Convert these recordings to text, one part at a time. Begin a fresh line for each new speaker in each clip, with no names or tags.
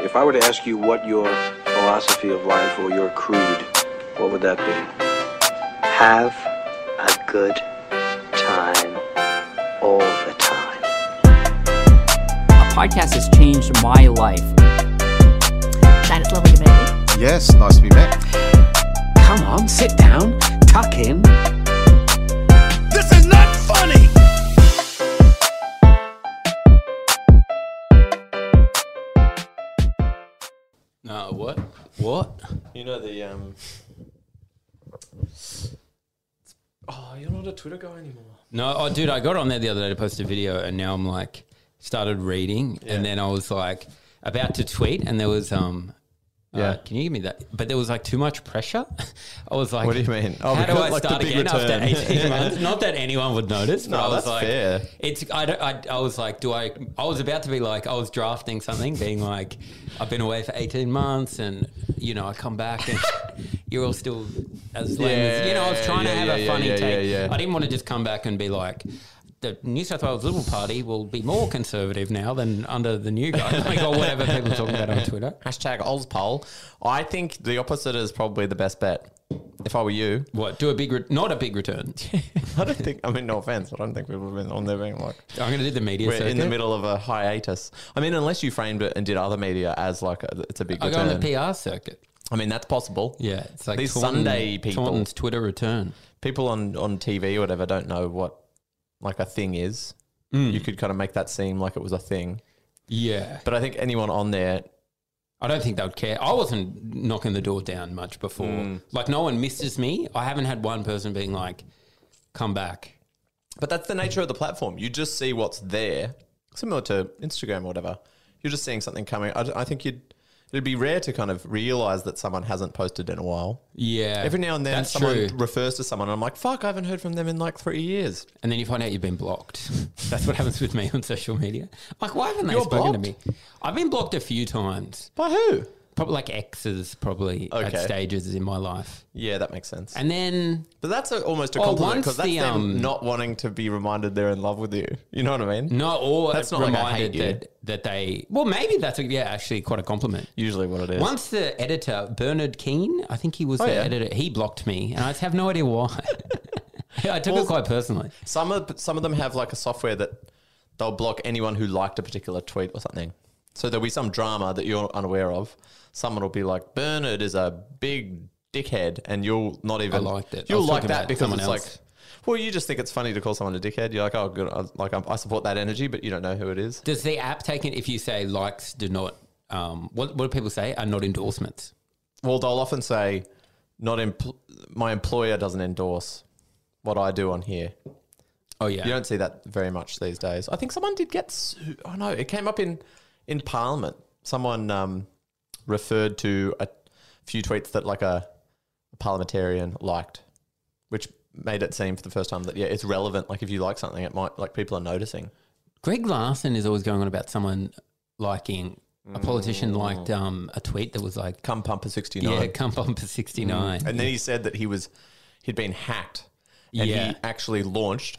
If I were to ask you what your philosophy of life or your creed, what would that be?
Have a good time all the time.
A podcast has changed my life.
That it's lovely to meet you.
Yes, nice to be met.
Come on, sit down, tuck in.
This is not funny!
No, what? What?
You know the um. Oh, you're not a Twitter guy anymore.
No, oh, dude, I got on there the other day to post a video, and now I'm like started reading, and then I was like about to tweet, and there was um. Yeah.
Yeah.
can you give me that? But there was like too much pressure. I was like,
What do you mean?
Oh,
Oh,
how do
because,
I
like, the
start
big
again
return.
after 18 months? Not that anyone would notice. but
No,
I was
that's
like,
fair.
It's I, don't- I I was like, do I? I was about to be like, I was drafting something, being like, I've been away for 18 months, and you know, I come back and. You're all still as lame as you know. I was
Yeah,
trying to
yeah,
have a
yeah,
funny
yeah,
take.
yeah, yeah.
I didn't want to just come back and be like, the New South Wales Liberal Party will be more conservative now than under the new guy, like, or whatever people are talking about on Twitter.
Hashtag Ozpoll. I think the opposite is probably the best bet. If I were you,
What? Do a big, re- not a big return.
I don't think. I mean, no offense, but I don't think we would have been on there being like
I'm going to do the media
we're
circuit.
in the middle of a hiatus. I mean, unless you framed it and did other media as like a, it's a big
I go
return.
on the PR circuit.
I mean, that's possible.
Yeah, it's like
These
Taunton-
Sunday people.
Taunton's Twitter return.
people on on TV or whatever don't know what like a thing is.
Mm.
You could kind of make that seem like it was a thing,
Yeah,
but I think anyone on there,
I don't think they would care. I wasn't knocking the door down much before.
Mm.
Like no one misses me. I haven't had one person being like, "Come back."
but that's the nature of the platform. You just see what's there, similar to Instagram or whatever. You're just seeing something coming. I, I think you'd it'd be rare to kind of realize that someone hasn't posted in a while.
Yeah,
Every now and then,
that's
someone
true.
refers to someone, and I'm like, "Fuck, I haven't heard from them in like three years."
and then you find out you've been blocked. That's what happens with me on social media. Like, why haven't they
You're
spoken
blocked?
to me? I've been blocked a few times.
By who?
Probably like exes, probably at
Okay.
stages in my life.
Yeah, that makes sense.
And then
but that's a, almost a
Oh,
compliment
once
because that's
the,
them
um, Mm.
not wanting to be reminded they're in love with you. You know what I mean?
No, or
That's
that's
not
not
like I
reminded
hate you.
that, that they. Well, maybe that's a, yeah, actually quite a compliment.
Usually, what it is.
Once the editor Bernard Keane, I think he was the
Oh, yeah.
editor, he blocked me, and I just have no idea why. I took it quite personally.
Some of some of them have like a software that they'll block anyone who liked a particular tweet or something. So there'll be some drama that you're unaware of. Someone will be like, Bernard is a big dickhead, and you'll not even
liked it. I
You'll
was
like
talking
that
about
because
someone
it's
else.
like. Well, you just think it's funny to call someone a dickhead. You're like, oh, good. I, like, I'm, I support that energy, but you don't know who it is.
Does the app take it if you say likes do not? Um, what what do people say are not endorsements?
Well, they'll often say, not empl- my employer doesn't endorse what I do on here.
Oh yeah,
You don't see that very much these days. I think someone did get sued. I know it came up in in Parliament. Someone um, referred to a few tweets that like a, parliamentarian liked, which made it seem for the first time that yeah, it's relevant. Like if you like something, it might like people are noticing.
Greg Larson is always going on about someone liking a politician liked um, a tweet that was like,
Come pumper sixty Mm. nine, Mm.
yeah, come on for sixty nine.
and then he said that he was he'd been hacked, and
Yeah.
he actually launched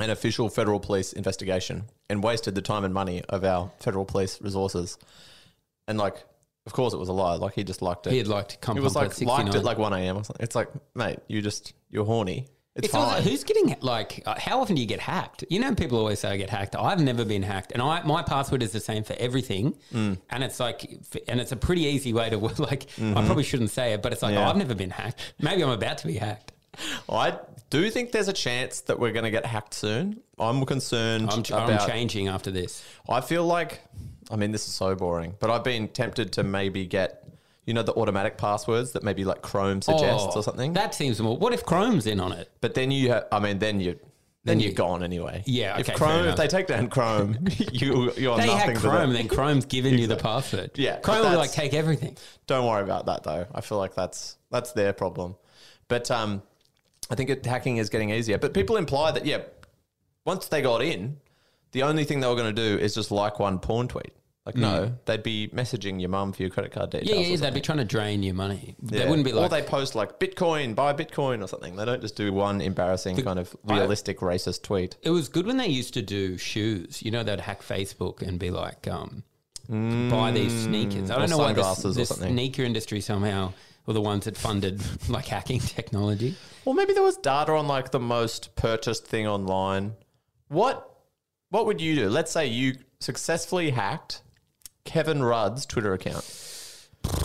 an official federal police investigation and wasted the time and money of our federal police resources. And like, of course, it was a lie. Like he just liked it.
He had liked come
It was
Pump at
like liked
69.
at like one a.m. or something. It's like, mate, you just you're horny. It's,
It's also,
fine.
who's getting like uh, how often do you get hacked? You know, people always say I get hacked. I've never been hacked, and I my password is the same for everything.
Mm.
And it's like, and it's a pretty easy way to like. I probably shouldn't say it, but it's like
Mm-hmm. Yeah.
oh, I've never been hacked. Maybe I'm about to be hacked.
I do think there's a chance that we're going to get hacked soon. I'm concerned
I'm,
about.
I'm changing after this.
I feel like, I mean, this is so boring, but I've been tempted to maybe get, you know, the automatic passwords that maybe like Chrome suggests
Oh,
or something.
That seems more. What if Chrome's in on it?
But then you, ha- I mean, then you, then, you're gone anyway.
Yeah, okay,
if
fair
Chrome,
enough.
if they take down Chrome, you, you're
They
nothing.
hack
to them.
Chrome, then Chrome's giving you the password.
Yeah, but
Chrome will
that's-
like take everything.
Don't worry about that though. I feel like that's that's their problem. But um, I think it, hacking is getting easier. But people imply that yeah, once they got in, the only thing they were going to do is just like one porn tweet. Like no, they'd be messaging your mum for your credit card details.
Mm. Yeah,
or
yeah, yeah, they'd
something.
be trying to drain your money. They
Yeah.
wouldn't be
or
like
they post like Bitcoin, buy Bitcoin or something. They don't just do one embarrassing kind of realistic racist tweet.
it was good when they used to do shoes. You know, they'd hack Facebook and be like, um, buy these sneakers. I
Mm. or
don't know why the,
sunglasses or
the
something.
sneaker industry somehow were the ones that funded like hacking technology.
Well, maybe there was data on like the most purchased thing online. What what would you do? Let's say you successfully hacked Kevin Rudd's Twitter account.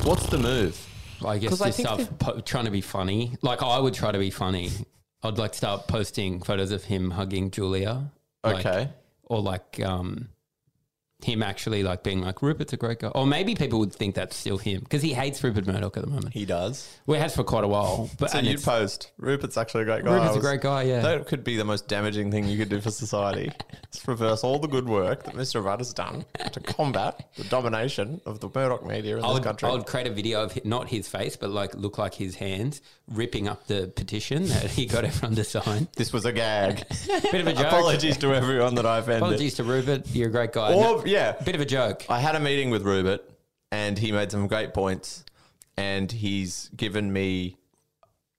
What's the move?
I guess
'Cause I
just
think
stuff
that-
po- trying to be funny. Like I would try to be funny. I'd like start posting photos of him hugging Julia. like-
Okay.
or like um, him actually like being like Rupert's a great guy. Or maybe people would think that's still him because he hates Rupert Murdoch at the moment.
He does.
We has for quite a while, but
So
and
you'd
it's-
post Rupert's actually a great guy.
Rupert's
I
a great guy. Yeah,
That could be the most damaging thing you could do for society. It's reverse all the good work that Mr. Rudd has done to combat the domination of the Murdoch media in
I
this
would,
country.
I would create a video of hi- not his face, but like look like his hands ripping up the petition that he got everyone to sign.
this was a gag.
Bit of a joke.
Apologies to everyone that I offended.
Apologies to Rupert. You're a great guy.
Or,
No,
yeah.
bit of a joke.
I had a meeting with Rupert and he made some great points and he's given me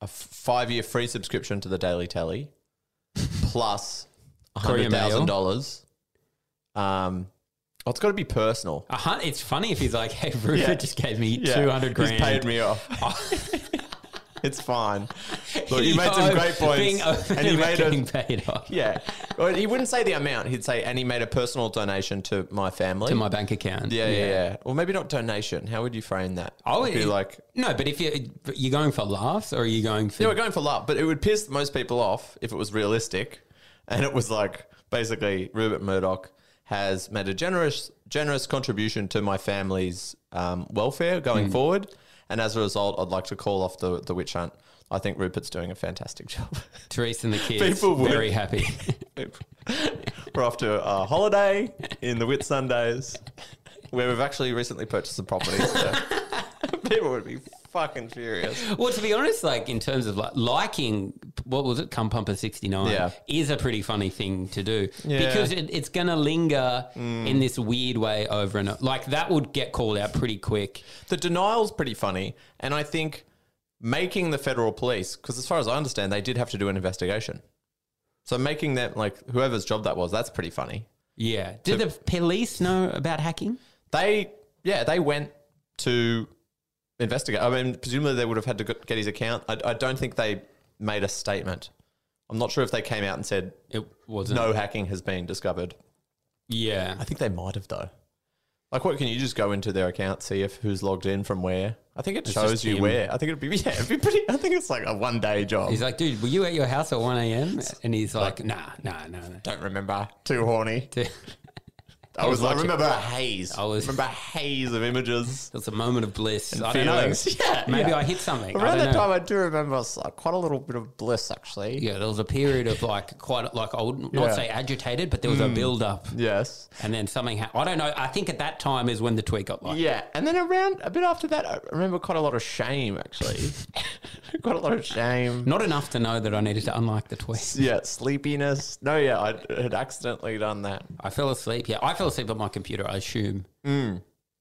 a five year free subscription to the Daily Telly plus
Courier mail.
$100,000. Um, oh, it's got to be personal.
A hun- it's funny if he's like, "Hey, Rupert
Yeah.
just gave me
Yeah,
two hundred grand.
He's paid me off. it's fine. Look, he
Yo,
made some great
Being
points.
open
And he
about
made
getting
a,
paid off
yeah. Well, he wouldn't say the amount. He'd say, and he made a personal donation to my family.
to my bank account.
Yeah, yeah, yeah. Or maybe not donation. How would you frame that?
I would
It'd be like,
no, but if you but you're going for laughs or are you going for
yeah, we're going for love, but it would piss most people off if it was realistic, and it was like basically Rupert Murdoch has made a generous generous contribution to my family's um, welfare going forward, and as a result, I'd like to call off the the witch hunt. I think Rupert's doing a fantastic job.
Therese and the kids?
People would.
very happy.
we're off to a holiday in the Whit Sundays, where we've actually recently purchased some property. So people would be fucking furious.
well, to be honest, like in terms of like liking, what was it, Cum Pumper sixty nine,
Yeah.
is a pretty funny thing to do
Yeah. Mm.
because it, it's going to linger in this weird way over and over. like that would get called out pretty quick.
the denial's pretty funny, and I think making the federal police, because as far as I understand, they did have to do an investigation. So making that like whoever's job that was, that's pretty funny.
Yeah. Did
So-
the police know about hacking?
They yeah, they went to investigate. I mean, presumably they would have had to get his account. I, I don't think they made a statement. I'm not sure if they came out and said
It wasn't.
no hacking has been discovered.
Yeah.
I think they might have though. Like, what can you just go into their account, see if who's logged in from where? I think it shows
just
you
him.
where. I think it'd be yeah, it'd be pretty. I think it's like a one day job.
He's like, dude, were you at your house at 1 a.m.? And he's like, nah, nah, nah, nah.
don't remember. Too horny.
Dude,
I was, like,
watching-
remember a haze. I
I was-
remember a haze of images.
It's a moment of bliss. I
feelings.
don't know.
Yeah,
Maybe
yeah.
I hit something. I
Around
don't
that
know.
time, I do remember s- uh, quite a little bit of bliss, actually.
yeah, there was a period of like quite like I would not
Yeah. Hmm.
say agitated, but there was a build up,
Yes.
and then something. Ha- I don't know. I think at that time is when the tweet got like.
Yeah, and then around a bit after that, I remember quite a lot of shame, actually. quite a lot of shame.
Not enough to know that I needed to unlike the tweet.
Yeah, sleepiness. No, yeah, I had accidentally done that.
I fell asleep. Yeah, I fell asleep on my computer. I assume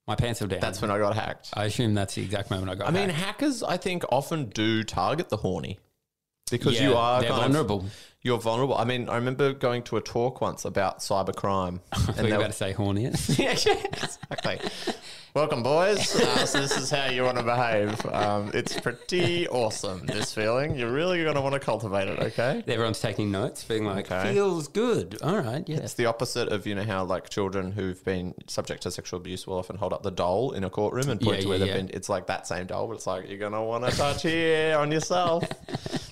my pants are down.
Hmm. That's when I got hacked.
I assume that's the exact moment I got.
Uh, I mean,
hacked.
hackers, I think, often do target the horny because you
Yeah,
are
they're
kind of-
vulnerable.
you're vulnerable. I mean, I remember going to a talk once about cybercrime.
I thought you were about to say horny.
yeah, exactly. Welcome, boys. Uh, so this is how you want to behave. Um, it's pretty awesome. This feeling, you're really going to want to cultivate it. Okay.
Everyone's taking notes, being like,
Okay.
feels good. All right, yeah.
It's the opposite of you know how like children who've been subject to sexual abuse will often hold up the doll in a courtroom and point
Yeah,
to where
yeah,
they've
yeah.
been. It's like that same doll, but it's like you're gonna want to touch here on yourself.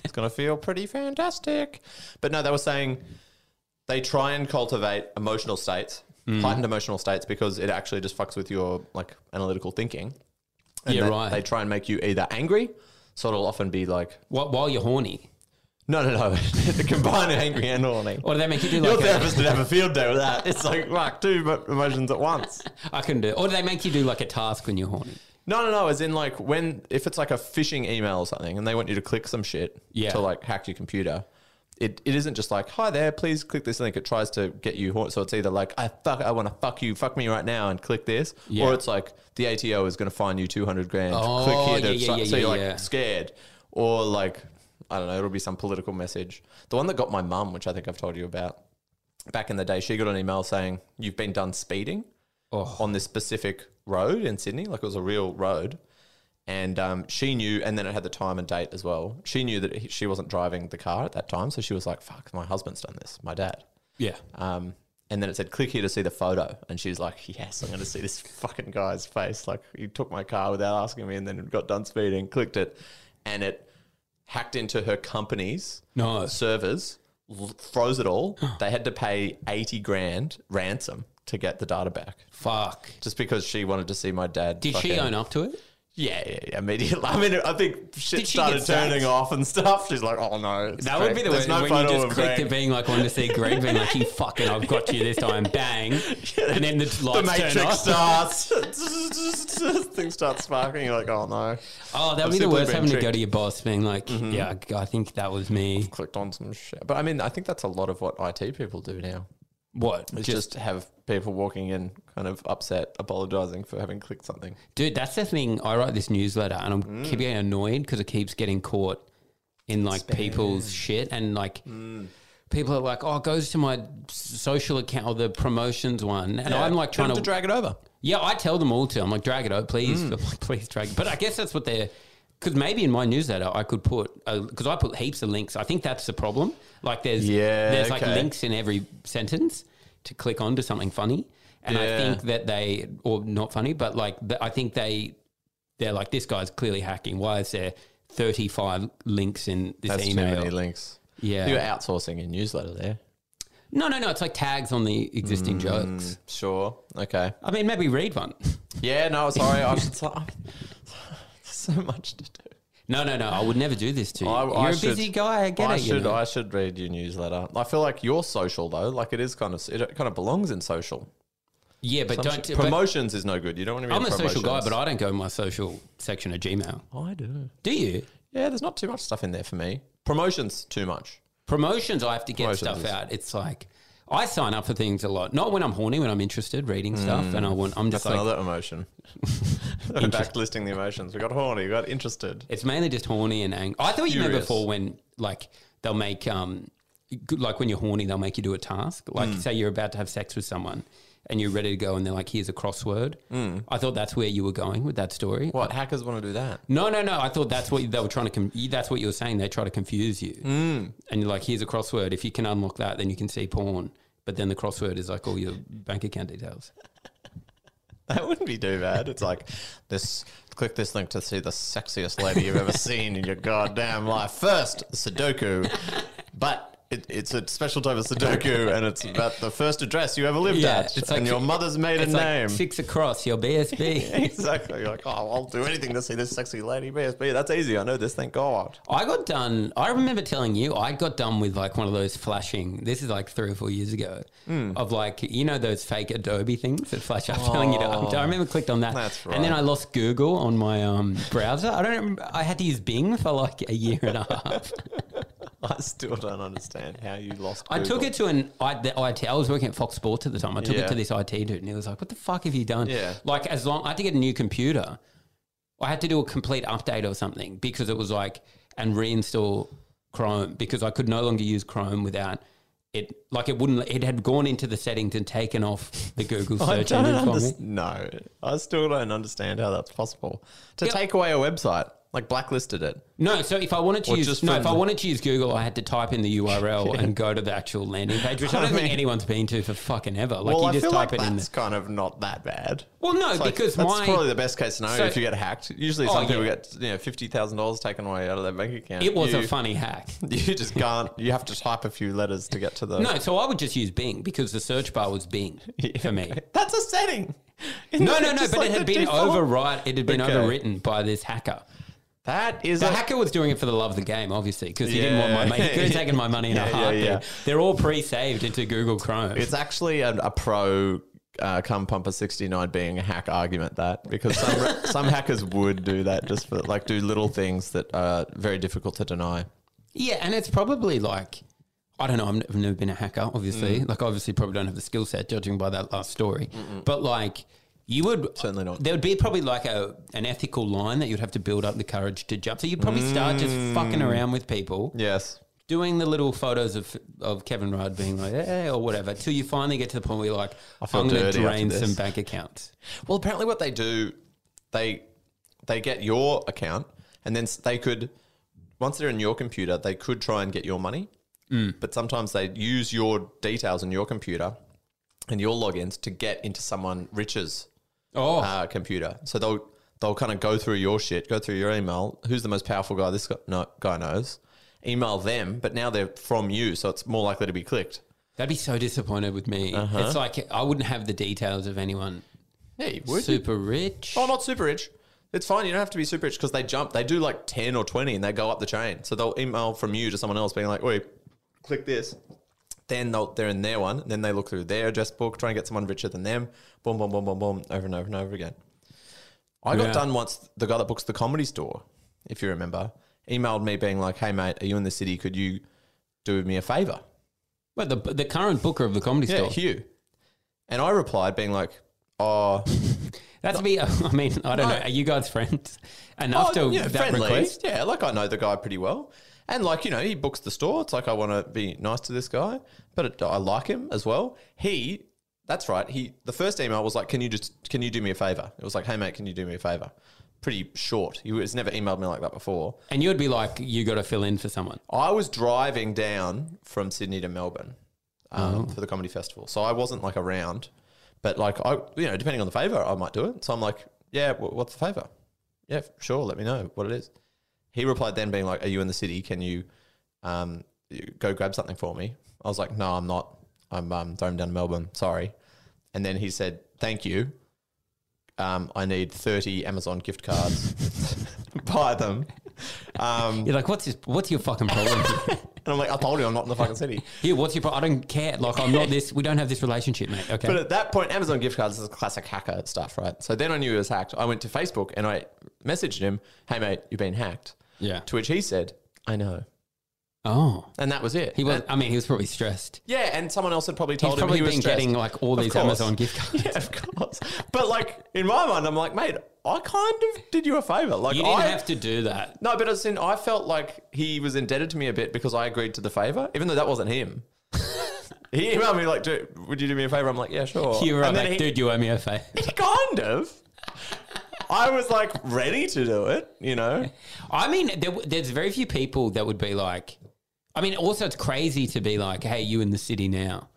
It's gonna feel pretty fantastic. But no, they were saying they try and cultivate emotional states,
Mm.
heightened emotional states, because it actually just fucks with your like analytical thinking. And
Yeah,
they,
right.
They try and make you either angry, so it'll often be like,
While, while you're horny,
no, no, no, combine angry and horny.
or do they make you do
Your
like a-
therapist would have a field day with that. It's like, fuck, two mo- emotions at once.
I couldn't do it. Or do they make you do like a task when you're horny?
No, no, no. As in, like, when, if it's like a phishing email or something and they want you to click some shit
Yeah.
to, like, hack your computer, it, it isn't just like, hi there, please click this link. It tries to get you horny. So it's either like, I fuck, I want to fuck you, fuck me right now and click this.
Yeah.
Or it's like, the ATO is going to fine you 200 grand.
Oh,
click here
yeah,
to,
yeah,
so,
yeah,
so you're, like,
yeah.
scared. Or, like, I don't know, it'll be some political message. The one that got my mum, which I think I've told you about, back in the day, she got an email saying, You've been done speeding.
Oh.
on this specific road in Sydney, like it was a real road. And um, she knew, and then it had the time and date as well. She knew that he, she wasn't driving the car at that time, so she was like, "Fuck, my husband's done this, my dad."
Yeah.
Um, and then it said, click here to see the photo. And she's like, yes, I'm going to see this fucking guy's face. Like, he took my car without asking me and then got done speeding, clicked it. And it hacked into her company's
No.
servers, l- froze it all. they had to pay 80 grand ransom to get the data back
Fuck.
just because she wanted to see my dad.
Did she
fucking-
own up to it?
Yeah, yeah, yeah, immediately. I mean, I think
Did
shit
she get
started turning
sacked?
off and stuff. She's like, oh no. it's
That
Greg.
would be the
There's
worst
no
when
photo
you just
of
clicked
Greg.
it being like, wanting to see Greg being like, you fucking, I've got you this time, bang. And then the
the
lights turn
matrix
off.
starts. Things start sparking. You're like, oh no.
Oh, that would
I've
be the
simply
worst
been
having to go
tricked.
to your boss being like, yeah, I think that was me.
Clicked on some shit. But I mean, I think that's a lot of what IT people do now.
What? Just,
It's just, have people walking in kind of upset, apologizing for having clicked something.
dude, that's the thing. I write this newsletter and I'm keep getting annoyed because it keeps getting caught in like people's shit and like people are like, oh, it goes to my s- social account or the promotions one, and I'm like trying to,
drag it over.
Yeah, I tell them all to. I'm like, drag it out, please.
Mm.
I'm like, please drag. it. But I guess that's what they're. Because maybe in my newsletter I could put because I put heaps of links. I think that's the problem. Like there's
Yeah,
there's like
okay.
links in every sentence to click onto something funny, and I
Yeah.
think that they or not funny, but like th- I think they they're like this guy's clearly hacking. Why is there 35 links in this
That's
email?
too many links.
Yeah.
You're outsourcing your newsletter there.
No, no, no. It's like tags on the existing
Mm.
jokes.
Sure. Okay.
I mean, maybe read one.
Yeah, no, sorry. I should stop. So much to do.
No, no, no. I would never do this to you.
I-
You're
I
a
should-
busy guy. I get
I
it.
should
you know.
I should read your newsletter. I feel like you're social though. Like it is kind of it kind of belongs in social.
yeah, but
Some
don't.
sh-
but
promotions is no good. You don't want to be.
I'm
in
a social guy,
promotions. Oh.
but I don't go in my social section of Gmail.
I do.
Do you?
Yeah, there's not too much stuff in there for me. Promotions too much.
Promotions, I have to get
Promotions
stuff
is-
out. It's like I sign up for things a lot. Not when I'm horny, when I'm interested, reading stuff, and I want. I'm just
That's
like.
another emotion. We're back listing the emotions. We got horny. We got interested.
It's mainly just horny and angry. I thought you meant
Furious.
before when like they'll make um good- like when you're horny they'll make you do a task. Like
Hmm.
say you're about to have sex with someone and you're ready to go and they're like here's a crossword.
Hmm.
I thought that's where you were going with that story.
What hackers want to do that?
No, no, no. I thought that's what they were trying to. Com- you- that's what you were saying. They try to confuse you, mm. and you're like, "Here's a crossword. If you can unlock that, then you can see porn." But then the crossword is like all your bank account details.
That wouldn't be too bad. It's like this. Click this link to see the sexiest lady you've ever seen in your goddamn life. First Sudoku, but it, it's a special type of Sudoku, and it's about the first address you ever lived
Yeah,
at,
it's
and
like-
your mother's maiden
It's
name.
like six across your BSB.
exactly. You're like, oh, I'll do anything to see this sexy lady. BSB. That's easy. I know this. Thank God.
I got done. I remember telling you I got done with like one of those flashing. This is like three or four years ago.
Mm.
Of like you know those fake Adobe things that flash up telling you to. undo. I remember clicked on that.
Oh. That's
And then
right.
I lost Google on my um, browser. I don't. remember- I had to use Bing for like a year and a half.
I still don't understand how you lost.
I took
Google.
it to an I, the IT. I was working at Fox Sports at the time. I took it
Yeah.
to this IT dude, and he was like, "What the fuck have you done?"
Yeah.
Like, as long I had to get a new computer, I had to do a complete update or something because it was like and reinstall Chrome because I could no longer use Chrome without it. Like, it wouldn't. It had gone into the settings and taken off the Google
I
search
don't
engine for me.
understand. No, I still don't understand how that's possible. To take away a website, like blacklisted it.
No, so if I wanted to
Or
use
just
no,
from
if I
the-
wanted to use Google, I had to type in the URL and go to the actual landing page, which I
I
don't think
mean-
anyone's been to for fucking ever. Like,
well,
you
I
just
feel
type
like
it in.
that's
The,
kind of not that bad.
well, no,
It's like-
because
that's
my
probably the best case scenario
So-
if you get hacked. Usually,
Oh,
some people
yeah.
get you know fifty thousand dollars taken away out of their bank account.
It was
you,
a funny hack.
You just can't. You have to type a few letters to get to the.
No, so I would just use Bing because the search bar was Bing for me.
that's a setting.
No, no, no, but it had been overwrite. It had been
Okay.
overwritten by this hacker.
That is
The
a
hacker was doing it for the love of the game, obviously, because he didn't want my
Yeah.
money. He could have taken my money in
Yeah,
a
yeah,
heartbeat.
yeah.
They're all pre-saved into Google Chrome.
It's actually a, a pro uh, cum pumper 69 being a hack argument that because some, some hackers would do that just for like do little things that are very difficult to deny.
yeah, and it's probably like I don't know. I'm- I've never been a hacker, obviously.
Mm.
Like, obviously, probably don't have the skill set, judging by that last story. But like, you would
Certainly not.
There would be probably like a an
Mm.
ethical line that you'd have to build up the courage to jump. So you'd probably start just fucking around with people.
Yes.
doing the little photos of of Kevin Rudd being like, eh, or whatever, till you finally get to the point where you're like,
I
I'm
feel
going to
dirty after
drain
this.
some bank accounts.
Well, apparently, what they do, they they get your account, and then s- they could once they're in your computer, they could try and get your money. But sometimes they use your details on your computer and your logins to get into someone rich's
Oh,
uh, computer. So they'll they'll kind of go through your shit, go through your email. Who's the most powerful guy? This guy, no, guy knows. Email them, but now they're from you, so it's more likely to be clicked.
that'd be so disappointed with me.
Uh-huh.
It's like I wouldn't have the details of anyone
Yeah, you
super rich.
Oh, not super rich. It's fine. You don't have to be super rich because they jump. They do like 10 or 20 and they go up the chain. So they'll email from you to someone else being like, wait, click this. Then they'll, they're in their one. Then they look through their address book, try and get someone richer than them. Boom, boom, boom, boom, boom, over and over and over again. I got
Yeah.
done once. The guy that books the comedy store, if you remember, emailed me being like, hey, mate, are you in the city? Could you do me a favor?
But the the current booker of the comedy
Yeah,
store.
Hugh. And I replied, being like, oh,
That's be. I mean, I don't
No.
know. Are you guys friends
Oh,
enough to
yeah,
that request?
Yeah, like I know the guy pretty well. And like, you know, he books the store. It's like I want to be nice to this guy, but it, I like him as well. He that's right. He the first email was like, "Can you just can you do me a favor?" It was like, "Hey mate, can you do me a favor?" Pretty short. He was never emailed me like that before.
And you'd be like, you got to fill in for someone.
I was driving down from Sydney to Melbourne um, for the comedy festival, so I wasn't like around. But like I, you know, depending on the favor, I might do it. So I'm like, yeah, wh- what's the favor? Yeah, f- sure. Let me know what it is. He replied then, being like, "Are you in the city? Can you, um, you go grab something for me?" I was like, "No, I'm not. I'm um, driving down to Melbourne. Sorry." And then he said, "Thank you. Um, I need 30 Amazon gift cards. Buy them." Um,
You're like, what's this, what's your fucking problem?
and I'm like, I told you I'm not in the fucking city.
Here, what's your problem? I don't care. Like, I'm not this. We don't have this relationship, mate. Okay.
But at that point, Amazon gift cards is classic hacker stuff, right? So then I knew it was hacked. I went to Facebook and I messaged him, hey, mate, you've been hacked.
yeah.
To which he said, I know.
Oh,
And that was it.
he was.
And-
I mean, he was probably stressed.
yeah, and someone else had probably
He's
told him
probably
he was
been
stressed.
getting like all
Of
these
course.
Amazon gift cards.
Yeah, of course. But like in my mind, I'm like, mate, I kind of did you a favor. Like
You didn't
I
have to do that.
No, but as in, I felt like he was indebted to me a bit because I agreed to the favor, even though that wasn't him. he emailed me like, "Dude, "Would you do me a favor?" I'm like, "Yeah, sure."
You were
and
like,
he,
dude, you owe me a favor.
he kind of. I was like ready to do it, you know.
I mean, there, w- there's very few people that would be like. I mean, also it's crazy to be like, "Hey, you in the city now?"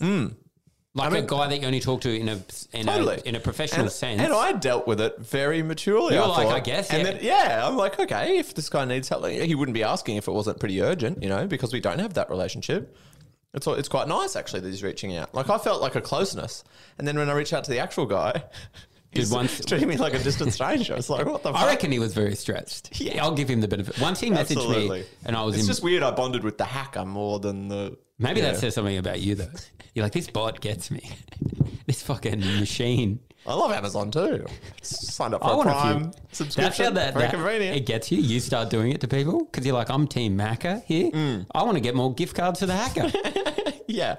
Like a guy that you only talk to in a in,
Hmm. Totally.
a, in a professional
and,
sense.
And I dealt with it very maturely.
You
I
were like,
thought.
"I guess,
And
yeah."
then, yeah, I'm like, okay, if this guy needs help, he wouldn't be asking if it wasn't pretty urgent, you know, because we don't have that relationship. It's, all- it's quite nice, actually, that he's reaching out. Like, I felt like a closeness. And then when I reached out to the actual guy, he's
once-
treating me like a distant stranger. It's like, what the fuck?
I reckon he was very stressed.
Yeah.
I'll give him the benefit. Once he messaged
Absolutely.
me, and I was
it's
in.
just weird I bonded with the hacker more than the.
maybe
yeah.
that says something about you, though. You're like, this bot gets me. this fucking machine.
I love Amazon too. Signed up for
I
a
want a
Prime
few. That's how
subscription.
that,
Very
that-
convenient.
it gets you. You start doing it to people because you're like, I'm Team Macker here.
Hmm.
I want to get more gift cards for the hacker.
yeah.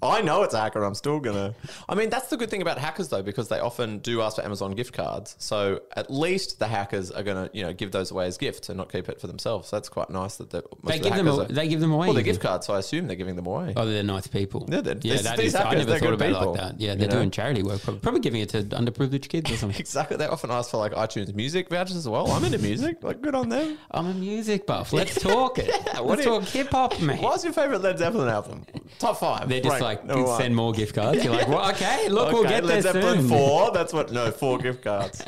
I know it's a hacker. I'm still gonna. I mean, that's the good thing about hackers though, because they often do ask for Amazon gift cards. So at least the hackers are gonna, you know, give those away as gifts and not keep it for themselves. So that's quite nice that the, most
they
of the
give them.
hackers
a-
are-
They give them away.
well, the
you
gift cards. So I assume they're giving them away.
Oh, they're nice people.
Yeah, they're-
yeah
these-
that
these
is. I
hackers,
never
they're
thought
good
about
people,
it like that. Yeah,
you
they're
know?
doing charity work, probably, probably giving it to underprivileged kids or something.
Exactly. They often ask for like iTunes music vouchers as well. I'm into music. Like, good on them.
I'm a music buff. Let's talk it.
Yeah, what
Let's
do you-
talk hip hop, man.
What's your favorite Led Zeppelin album? Top five.
They're just
Rank
like,
number one.
send more gift cards. You're like, well, okay, look, we'll
uh, Okay,
get
Led
there
Zeppelin
soon.
four. That's what. No, four gift cards.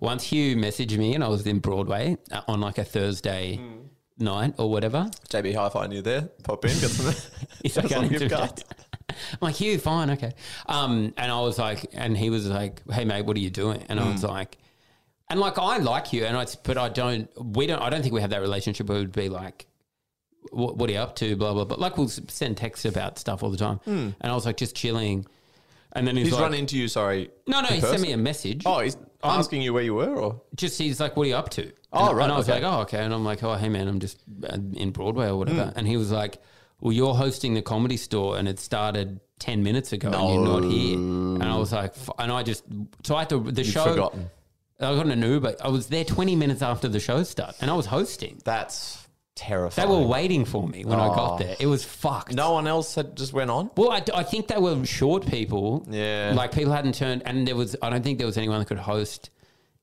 Once Hugh messaged me, and I was in Broadway uh, on like a Thursday
Hmm.
night or whatever.
JB Hi-Fi knew there. Pop in, get some,
He's
get
like,
some
"Going to
gift cards.
bed." I'm like, Hugh, fine, okay. Um, and I was like, and he was like, hey, mate, what are you doing? And
Mm.
I was like, and like, I like you, and I, but I don't, we don't, I don't think we have that relationship where it would be like, what, what are you up to? Blah, blah, blah. Like, we'll s- send texts about stuff all the time. And I was like, just chilling. And then he's,
Mm. He's
like,
run into you, sorry.
no, no, he sent
person?
me a message.
Oh, he's asking you where you were, or
just he's like, "What are you up to?"
Oh,
and,
right,
And I was
okay.
like, "Oh, okay." And I'm like, "Oh, hey, man, I'm just uh, in Broadway or whatever."
Mm.
And he was like, "Well, you're hosting the comedy store, and it started ten minutes ago, and you're not here." And I was like, f- "And I just so I had to the show."
forgotten.
I got an Uber. I was there twenty minutes after the show started, and I was hosting.
that's
They
terrifying.
were waiting for me when I got there. It was fucked.
Ah. No one else had just went on.
Well, I, I think they were short people.
Yeah.
Like people hadn't turned, and there was, I don't think there was anyone that could host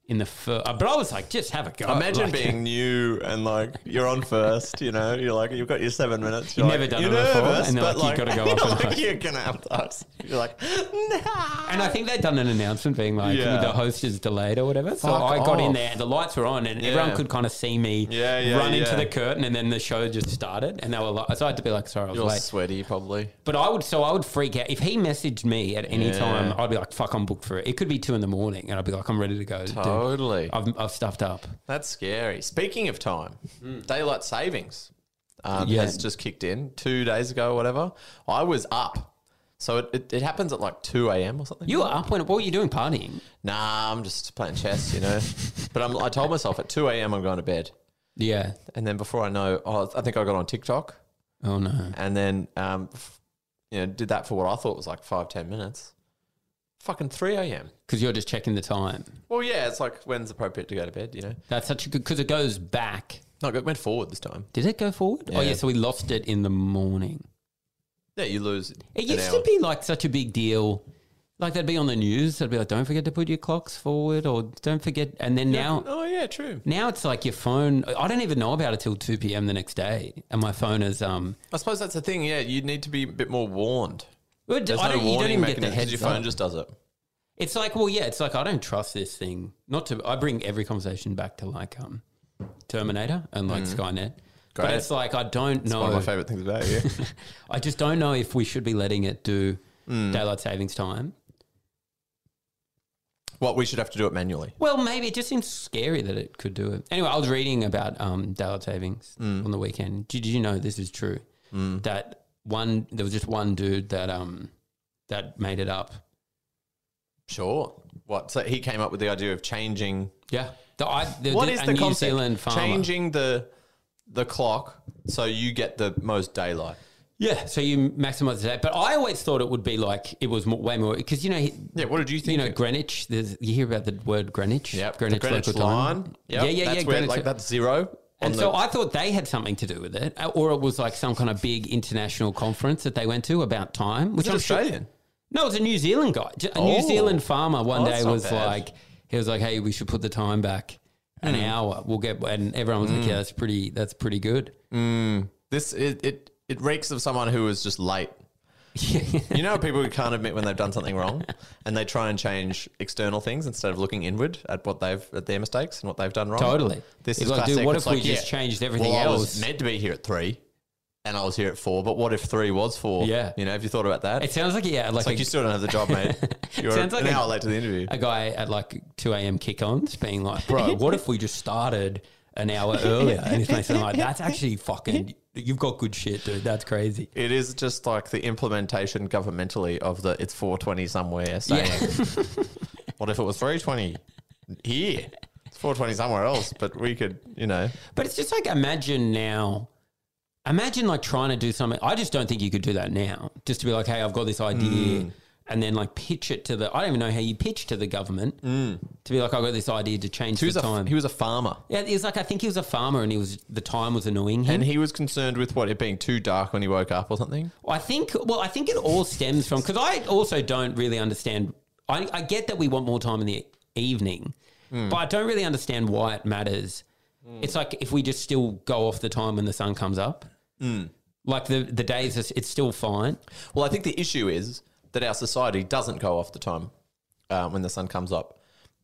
in the first. But I was like, just have a go.
Imagine
Like,
being new and like you're on first, you know, you're like you've got your seven minutes. You're
You've
like,
never done
you're
it before,
nervous,
and they're
but
like,
like,
"You've gotta go
you're
up and
like,
host."
you're gonna have to ask. You're like, nah.
And I think they'd done an announcement being like,
Yeah.
the host is delayed or whatever. So
Fuck
I got in
off.
there, the lights were on, and everyone
Yeah.
could kind of see me
Yeah, yeah,
run into
yeah.
the curtain, and then the show just started. And they were like, so I had to be like, sorry, I was
You're
late.
sweaty, probably.
But I would, so I would freak out if he messaged me at any
Yeah.
time. I'd be like, "Fuck, I'm booked for it." It could be two in the morning, and I'd be like, "I'm ready to go." dude.
Totally.
I've, I've stuffed up.
That's scary. Speaking of time, daylight savings um,
Yeah.
has just kicked in two days ago, or whatever. I was up. So it, it, it happens at like 2 a.m. or something.
You were up when? What were you doing partying?
Nah, I'm just playing chess, you know. but I'm, I told myself at 2 a.m. I'm going to bed.
Yeah.
And then before I know, oh, I think I got on TikTok
Oh no.
and then, um, f- you know, did that for what I thought was like five, 10 minutes. Fucking 3 a.m.
Because you're just checking the time.
Well, yeah, it's like when's appropriate to go to bed, you know.
That's such a good because it goes back.
No, it went forward this time.
Did it go forward? Oh
Yeah.
yeah. So we lost it in the morning.
Yeah, you lose.
It
an
used
hour.
to be like such a big deal. Like they'd be on the news. They'd be like, "Don't forget to put your clocks forward," or "Don't forget." And then now.
Oh, yeah, true.
Now it's like your phone. I don't even know about it till two p.m. the next day, and my phone is um.
I suppose that's the thing. Yeah, you need to be a bit more warned.
I don't,
There's no
you don't
warning
even get the
mechanism. 'cause
heads
Your phone
up.
just does it.
It's like, well, yeah, it's like I don't trust this thing. Not to, I bring every conversation back to like um, Terminator and
Mm.
like Skynet, but
Great.
it's like I don't know.
One of my favorite Mm. things about you.
I just don't know if we should be letting it do daylight savings time.
what we should have to do it manually.
Well, maybe it just seems scary that it could do it. Anyway, I was reading about um, daylight savings
Mm.
on the weekend. Did you know this is true? That one, there was just one dude that um, that made it up.
Sure. What? So he came up with the idea of changing.
Yeah, the, I, the,
What
the,
is
a
the
New
concept?
Zealand farmer.
Changing the the clock so you get the most daylight.
Yeah, so you maximize that. But I always thought it would be like it was more, way more because you know, he-
Yeah. What did you think?
you know, Greenwich. There's, you hear about the word Greenwich.
yep. the
Greenwich,
Greenwich
local time.
line. Yep,
Yeah, yeah,
that's
yeah.
Where,
Greenwich-
like that's zero. on
and
the-
so I thought they had something to do with it, uh, or it was like some kind of big international conference that they went to about time. Which
Is it
I'm Sure,
Australian?
no, it's a New Zealand guy. J- A New
Oh.
Zealand farmer one
Oh,
day
that's not
was
bad. Hmm.
like, he was like, "Hey, we should put the time back an hour. We'll get." And everyone was like, "Yeah, that's pretty. That's pretty good."
This it, it it reeks of someone who was just late. you know, people who can't admit when they've done something wrong, and they try and change external things instead of looking inward at what they've at their mistakes and what they've done wrong.
Totally.
This
It's
is
like, dude,
classic.
what
It's
if we
like,
just changed everything
well, I
else?
was meant to be here at three, and I was here at four. But what if three was four?
Yeah.
you know, have you thought about that?
It sounds like yeah, like,
it's like
a-
you still don't have the job, mate. You're
Sounds like
an
a-
hour late to the interview.
a guy at like 2 a.m. kick ons being like, bro, what if we just started an hour earlier? And he's like, something like, that's actually fucking, you've got good shit, dude. That's crazy.
It is just like the implementation governmentally of the it's 420 somewhere saying, what if it was 320 here? It's 420 somewhere else, but we could, you know.
But it's just like, imagine now, imagine like trying to do something. I just don't think you could do that now. Just to be like, hey, I've got this idea.
Mm.
And then, like, pitch it to the. I don't even know how you pitch to the government to be like, I got this idea to change
Mm. He was,
the time. Hmm?
a, he was a farmer
yeah, it was like I think he was a farmer, and he was the time was annoying him.
and he was concerned with what it being too dark when he woke up or something.
I think. Well, I think it all stems from because I also don't really understand. I, I get that we want more time in the evening,
Hmm.
but I don't really understand why it matters. It's like if we just still go off the time when the sun comes up,
Hmm.
like the the days, is- it's still fine.
Well, I think the issue is that our society doesn't go off the time uh, when the sun comes up,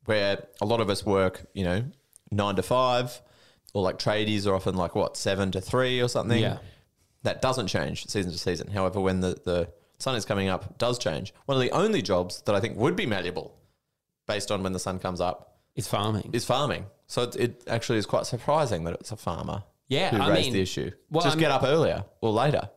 where a lot of us work, you know, nine to five, or like tradies are often like what seven to three or something.
Yeah.
that doesn't change season to season. However, when the the sun is coming up, it does change. One of the only jobs that I think would be malleable, based on when the sun comes up,
It's farming.
is farming. So it, it actually is quite surprising that it's a farmer
Yeah,
who
I
raised
mean,
the issue.
well,
Just
I'm-
get up earlier or later.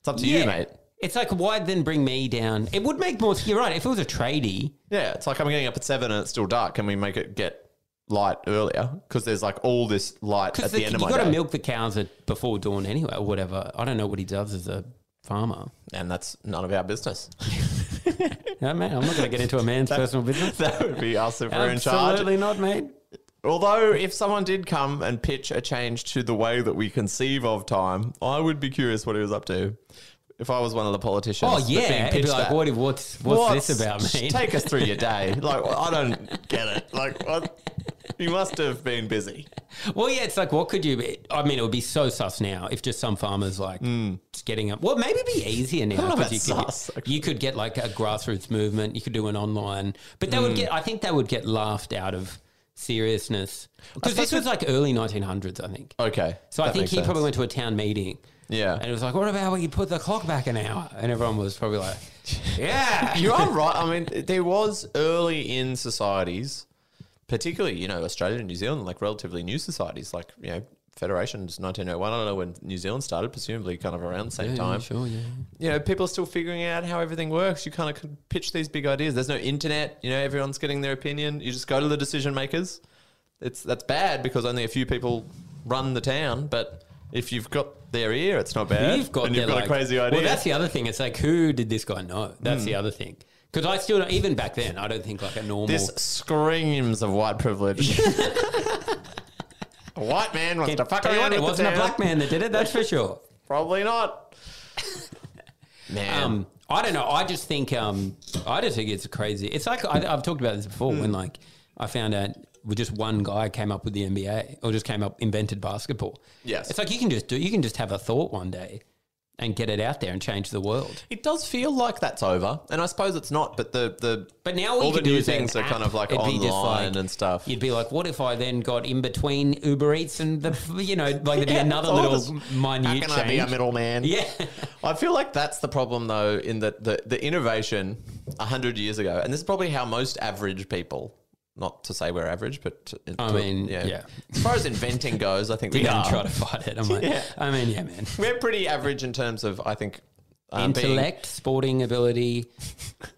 It's up to you, mate.
It's like why then bring me down? It would make more. You're right. If it was a tradie,
Yeah, it's like I'm getting up at seven and it's still dark. Can we make it get light earlier? Because there's like all this light at
because
the,
you
end of my
got to
day.
milk the cows at before dawn anyway, or whatever. I don't know what he does as a farmer.
and that's none of our business.
No, man, I'm not going to get into a man's personal business.
that would be us if we're in charge.
Absolutely not, mate.
Although, if someone did come and pitch a change to the way that we conceive of time, I would be curious what he was up to. If I was one of the politicians,
Oh
that's being
yeah, it'd be
pitched
like,
that.
what, what's, what's this about,
Just
man?
Take us through your day. Like I don't get it. Like what? you must have been busy.
Well, yeah, it's like, what could you? Be? I mean, it would be so sus now if just some farmers like
Hmm.
just getting up. Well, maybe it'd be easier
don't
now
know
because you
about
could
sus,
get, you could get like a grassroots movement. You could do an online, but they
Hmm.
would get. I think they would get laughed out of seriousness because this was like early 1900s, I think.
Okay,
So I
that
think
makes
he
sense.
probably went to a town meeting.
Yeah.
and it was like, what about we put the clock back an hour? And everyone was probably like, yeah,
You are right. I mean, there was early in societies, particularly you know Australia and New Zealand, like relatively new societies, like you know federations 1901. I don't know when New Zealand started, presumably kind of around the same
Yeah,
time.
sure, yeah.
you know, people are still figuring out how everything works. You kind of could pitch these big ideas. There's no internet. You know, everyone's getting their opinion. You just go to the decision makers. It's that's bad because only a few people run the town. But if you've got their ear, it's not bad.
You've got,
and you've
they're
got
like-
a crazy idea.
Well,
Hmm.
that's the other thing. It's like, who did this guy know? That's the other thing. Because I still don't, even back then, I don't think like a normal.
this screams of white privilege. a white man wants to fuck
Tell you
around
what, it
with the
wasn't a
town.
black man that did it, that's for sure.
Probably not. man,
Um, I don't know. I just think um, I just think it's crazy. It's like I, I've talked about this before
Hmm.
when like I found out with just one guy came up with the NBA or just came up invented basketball.
Yes.
it's like you can just do. You can just have a thought one day and get it out there and change the world.
it does feel like that's over, and I suppose it's not. But the the
But now all,
all
you
the
could do
new
is
things
an
are kind
app.
of like
It'd be just
online
like-
and stuff.
You'd be like, what if I then got in between Uber Eats and the, you know, like there'd be
Yeah,
another
it's all
little
just-
minute
How can I be a
change.
middleman?
Yeah.
I feel like that's the problem, though, in that the, the innovation 100 years ago, and this is probably how most average people, not to say we're average, but. To,
I
to-
mean, yeah.
As far as inventing goes, I think we
We don't
are.
try to fight it. I'm like,
Yeah.
I mean, yeah, man.
We're pretty average in terms of, I think, um, being-
Intellect, sporting ability,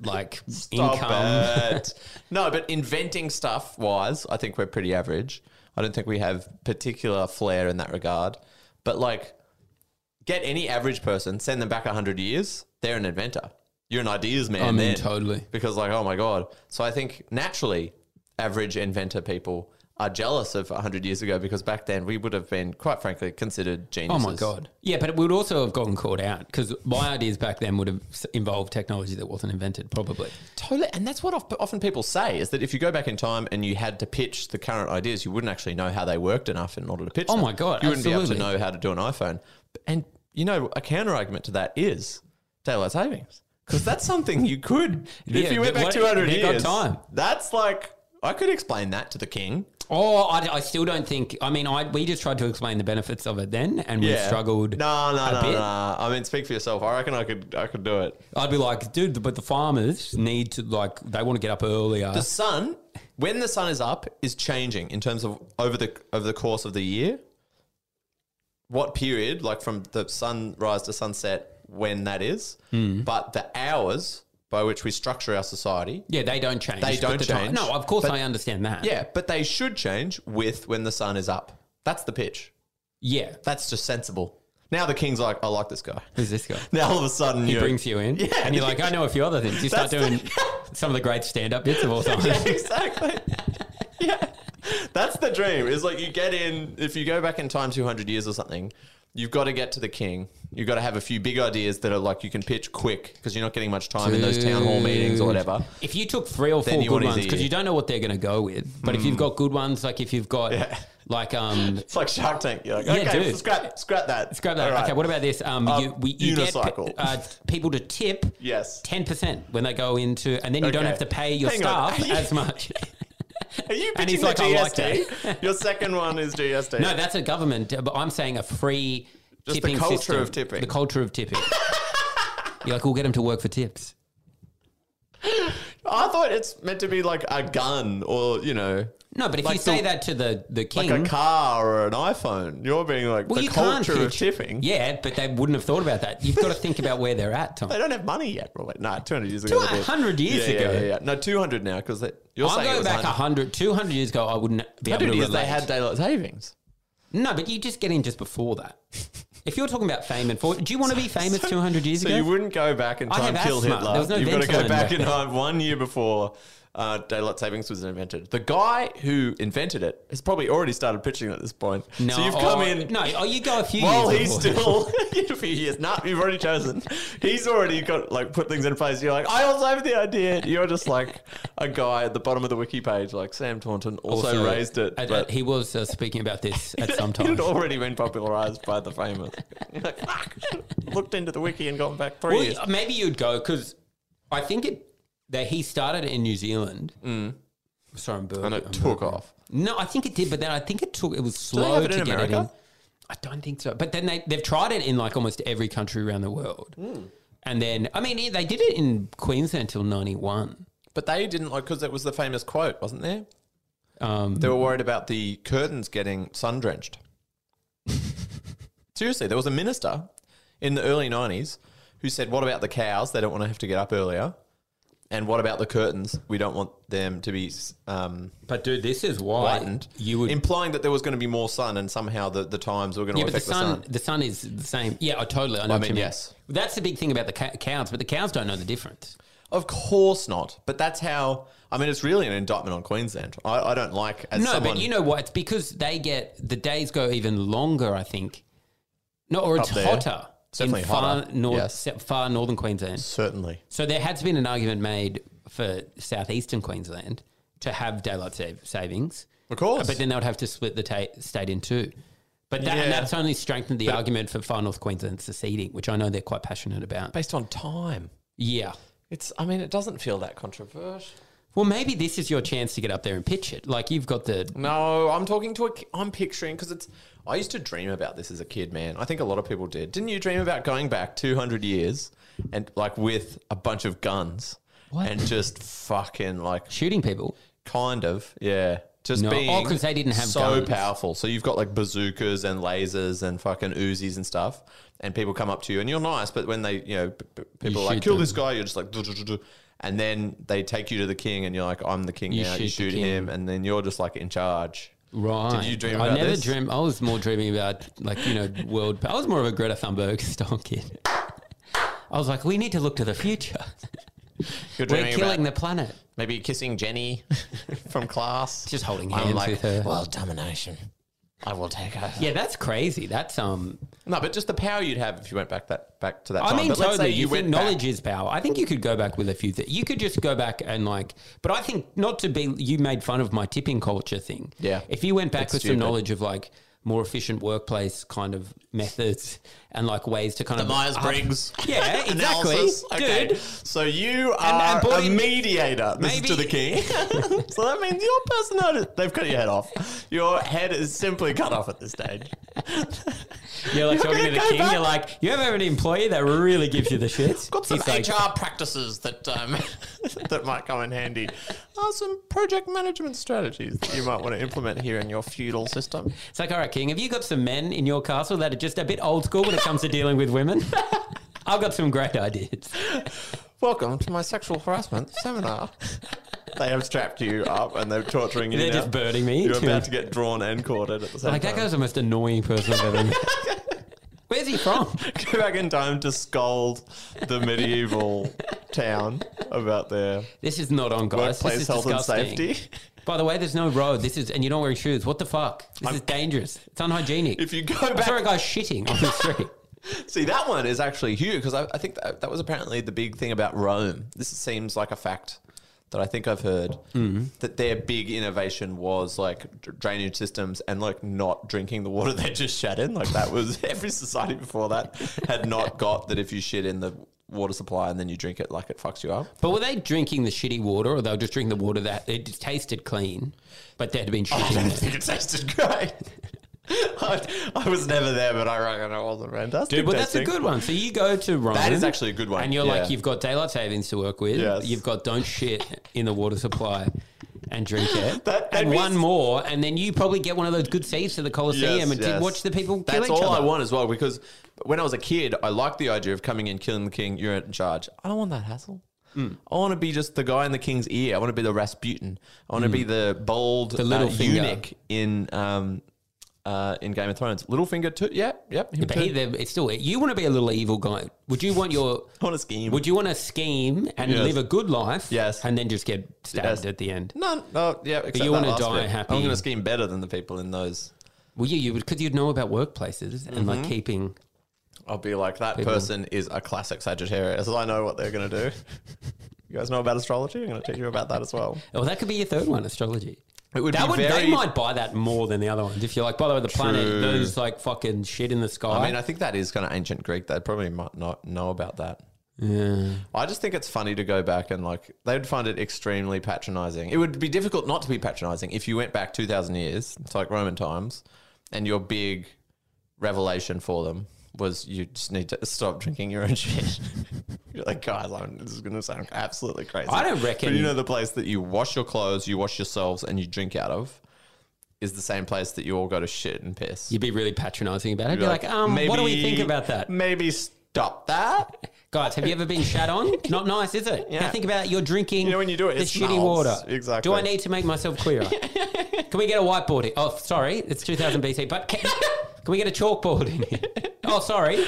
like
Stop
income.
it. no, but inventing stuff wise, I think we're pretty average. I don't think we have particular flair in that regard. But like, get any average person, send them back hundred years, they're an inventor. You're an ideas man.
I mean,
then.
totally.
Because like, oh my god. So I think naturally, average inventor people are jealous of hundred years ago because back then we would have been, quite frankly, considered
Oh
geniuses.
my god! Yeah, but it would also have gotten caught out because my ideas back then would have s- involved technology that wasn't invented, probably.
Totally, and that's what of- often people say is that if you go back in time and you had to pitch the current ideas, you wouldn't actually know how they worked enough in order to pitch.
Oh
them.
my God,
you wouldn't be able
absolutely.
to know how to do an iPhone. And you know, a counter argument to that is daylight savings, because that's something you could
Yeah,
if you went
but
back
what-
two hundred
they got
years.
time.
That's like I could explain that to the king.
Oh, I, I still don't think. I mean, I we just tried to explain the benefits of it then, and we struggled.
No, no,
a
no,
bit.
no. I mean, speak for yourself. I reckon I could, I could do it.
I'd be like, dude, but the farmers need to like they want to get up earlier.
The sun, when the sun is up, is changing in terms of over the over the course of the year. What period, like from the sunrise to sunset, when that is,
Hmm.
but the hours by which we structure our society.
yeah, they don't change.
They
but
don't
the time-
change,
No, of course
but-
I understand that.
Yeah, but they should change with when the sun is up. That's the pitch.
yeah.
That's just sensible. Now the king's like, I like this guy.
Who's this guy?
Now all of a sudden
He
you
brings you in,
Yeah.
and you're like, I know a few other things. You start
That's
doing some of the great stand-up bits of all time.
yeah, exactly. yeah. That's the dream. It's like you get in, if you go back in time 200 years or something, you've got to get to the king. You've got to have a few big ideas that are like you can pitch quick because you're not getting much time in those town hall meetings or whatever.
If you took three or
Then
four
you
good
want it Hmm.
ones,
easy.
because you don't know what they're going to go with, but if you've got good ones, like if you've got like um,
It's like Shark Tank. You're like,
Yeah,
okay,
dude.
scrap, scrap that.
Grab that.
All right.
Okay, what about this? Um,
Uh,
you, we, you get
unicycle.
uh, people to tip
Yes.
ten percent when they go into, and then you don't
Okay.
have to pay your
Hang on.
staff as much.
Are you
And
pitching
he's
the
like, I like
GST? Your second one is GST.
no, that's a government. But I'm saying a free
Just the
tipping
culture
system.
of tipping.
The culture of tipping. You're like, we'll get them to work for tips.
I thought it's meant to be like a gun or, you know,
No, but if
Like
you say
the-
that to the the king,
like a car or an iPhone. You're being like
Hmm. well,
the
you
culture
can't
of
pitch-
tipping.
Yeah, but they wouldn't have thought about that. You've got to think about where they're at, Tom.
They don't have money yet. Well, wait, no, 200 years ago. they did.
200 years
Yeah, yeah,
ago.
Yeah, yeah. No, 200 now because you're
I'm
saying it
going
was
back
100.
100, 200 years ago. I wouldn't be able
100
to
years
relate.
they had daylight savings.
No, but you just get in just before that. If you're talking about fame and fortune, do you want to be famous 200 years
so
ago?
you wouldn't go back and
I
try
have
and kill
asthma. There was
Hitler.
no
You've got to go
Ventolin
back
back
in
then.
time one year before uh, daylight savings was invented. The guy who invented it has probably already started pitching at this point.
No,
so you've come
oh,
in.
No, oh, you go a few
While
years.
he's
before.
still in a few years, nah, you've already chosen. He's already got like put things in place. You're like, I also have the idea. You're just like a guy at the bottom of the wiki page, like Sam Taunton also, raised it.
I- I-
but
he was uh, speaking about this at some
it
time.
had already been popularized by the famous. You're like, fuck. Looked into the wiki and gone back three
Well,
years.
maybe you'd go because I think it that he started in New Zealand. Sorry, I'm burping.
Mm. And
I'm
it took
burping.
off.
No, I think it did, but then I think it took. It was
they
slow
have it
to
in
get it in.
America?
I don't think so. But then they they've tried it in like almost every country around the world.
Hmm.
And then I mean they did it in Queensland until ninety one.
But they didn't like because it was the famous quote, wasn't there?
Um,
They were worried about the curtains getting sun drenched. Seriously, there was a minister in the early 90s who said, What about the cows? They don't want to have to get up earlier. And what about the curtains? We don't want them to be um,
but dude, this is why
whitened.
you would.
Implying that there was going to be more sun and somehow the, the times were going to
yeah, but the
affect
sun, the sun is the same. Yeah, I totally. I know
I
what
mean,
you mean.
yes.
That's the big thing about the ca- cows, but the cows don't know the difference.
Of course not. But that's how, I mean, it's really an indictment on Queensland. I, I don't like as
No,
someone,
but you know why? It's because they get the days go even longer. I think. No, or it's
Up there.
hotter.
It's definitely
in far
hotter.
north,
Yes.
se- far northern Queensland.
certainly.
So there has been an argument made for southeastern Queensland to have daylight sav- savings,
Of course.
but then they would have to split the ta- state in two. But that,
Yeah.
and that's only strengthened the argument for far north Queensland seceding, which I know they're quite passionate about.
based on time.
yeah.
It's, I mean, it doesn't feel that controversial.
Well, maybe this is your chance to get up there and pitch it. Like you've got the
No, I'm talking to a. ki- I'm picturing because it's. I used to dream about this as a kid, man. I think a lot of people did. Didn't you dream about going back 200 years and like with a bunch of guns
What?
and just fucking like
shooting people.
kind of yeah, just
No.
being
Oh, 'cause they didn't have
so
guns.
powerful. So you've got like bazookas and lasers and fucking Uzis and stuff, and people come up to you and you're nice, but when they you know p- p- people
You
are like
shoot
kill
them.
this guy, you're just like. "Duh, duh, duh, duh." And then they take you to the king, and you're like, "I'm the king
You
now." you
shoot the
shoot
king.
him, and then you're just like in charge.
Right.
Did you dream
I
about
never
this?
dreamt. I was more dreaming about like you know world. I was more of a Greta Thunberg style kid. I was like, we need to look to the future.
You're
We're
dreaming
killing
about
the planet.
maybe kissing Jenny from class.
Just holding hands with her.
Well, domination. I will take her.
Yeah, that's crazy. That's um.
No, but just the power you'd have if you went back that back to that
I
time.
mean,
but
totally. you,
went
think knowledge
back-
is power. I think you could go back with a few things. You could just go back and like, but I think not to be. You made fun of my tipping culture thing.
Yeah.
If you went back
That's
with some
stupid.
knowledge of like more efficient workplace kind of methods and like ways to kind
the
of
Myers Briggs.
Uh, Yeah, exactly,
Okay.
dude.
So you
and
are
brought
a
in-
mediator. This is to the
Maybe-
king. so that means your personality. They've cut your head off. Your head is simply cut off at this stage.
You're like
You're
talking to
gonna
the
go
king.
back?
You're like, you ever have an employee that really gives you the shits?
Got some
He's like,
HR practices that um, that might come in handy. Are some project management strategies that you might want to implement here in your feudal system?
It's like, all right, king, have you got some men in your castle that are just a bit old school when it comes to dealing with women? I've got some great ideas.
Welcome to my sexual harassment seminar. They have strapped you up and they're torturing you.
They're
now.
just burning me.
You're about to get drawn and quartered at the same
Like that
time.
guy's the most annoying person I've ever met. Where's he from?
go back in time to scold the medieval town about their
This is not on, guys. Oh, This
workplace
is
health
disgusting.
and safety.
By the way, there's no road. This is, and you're not wearing shoes. What the fuck? This is dangerous. It's unhygienic.
If you go
I saw a
back,
guy shitting on the street.
see that one is actually huge because I, I think that, that was apparently the big thing about Rome. This seems like a fact that I think I've heard
Mm-hmm.
that their big innovation was like dr- drainage systems and like not drinking the water they just shat in. Like that was every society before that had not got that if you shit in the water supply and then you drink it, like it fucks you up.
But were they drinking the shitty water, or they were just drinking the water that it just tasted clean, but they'd been
I don't
shitting? in it?
think it tasted great. I, I was never there, but I reckon it wasn't fantastic.
Dude, but that's a
tasting.
good one. So you go to Rome.
That is actually a good one,
And you're
yeah.
like, you've got daylight savings to work with.
Yes.
You've got don't shit in the water supply and drink it.
That- that'd
and
be-
one more, and then you probably get one of those good seats to the Colosseum
Yes,
and to
yes.
watch the people kill
That's
each
all
other.
I want as well, because when I was a kid, I liked the idea of coming in, killing the king, you're in charge. I don't want that hassle.
Mm.
I want to be just the guy in the king's ear. I want to be the Rasputin. I want to be the bold
Mm. The little
uh,
finger.
eunuch in um, uh, in Game of Thrones. Littlefinger too. Yeah, yep. Him
But
too.
he, the- it's still you want to be a little evil guy. Would you want your
I want to scheme.
Would you want to scheme and
Yes.
live a good life?
Yes.
and then just get stabbed
Yes.
at the end.
No, no, yeah. Except
you
that
wanna
last
die
bit.
happy.
I'm going to scheme better than the people in those.
Well, yeah, you would because you'd know about workplaces and
Mm-hmm.
like keeping.
I'll be like that person is a classic Sagittarius. I know what they're going to do. you guys know about astrology. I'm going to teach you about that as well.
Well, that could be your third one, astrology.
It would
That
be
would
very.
they might buy that more than the other ones. If you're like, by the way, the planet,
True.
those like fucking shit in the sky.
I mean, I think that is kind of ancient Greek. They probably might not know about that.
yeah.
I just think it's funny to go back and like they'd find it extremely patronizing. It would be difficult not to be patronizing if you went back two thousand years, it's like Roman times, and your big revelation for them was you just need to stop drinking your own shit. You're like, guys, I'm, this is going to sound absolutely crazy.
I don't reckon-
But you know, the place that you wash your clothes, you wash yourselves, and you drink out of is the same place that you all go to shit and piss.
You'd be really patronizing about it.
You're
Be like, um, what do we think about that?
Maybe stop that.
Guys, have you ever been shat on? Not nice, is it?
Yeah.
Now think about it. You're drinking
You know when you do it,
the
it
shitty
smells.
water.
Exactly.
Do I need to make myself clearer? can we get a whiteboard? Here? Oh, sorry, it's 2000 BC, but can, can we get a chalkboard in here? Oh, sorry.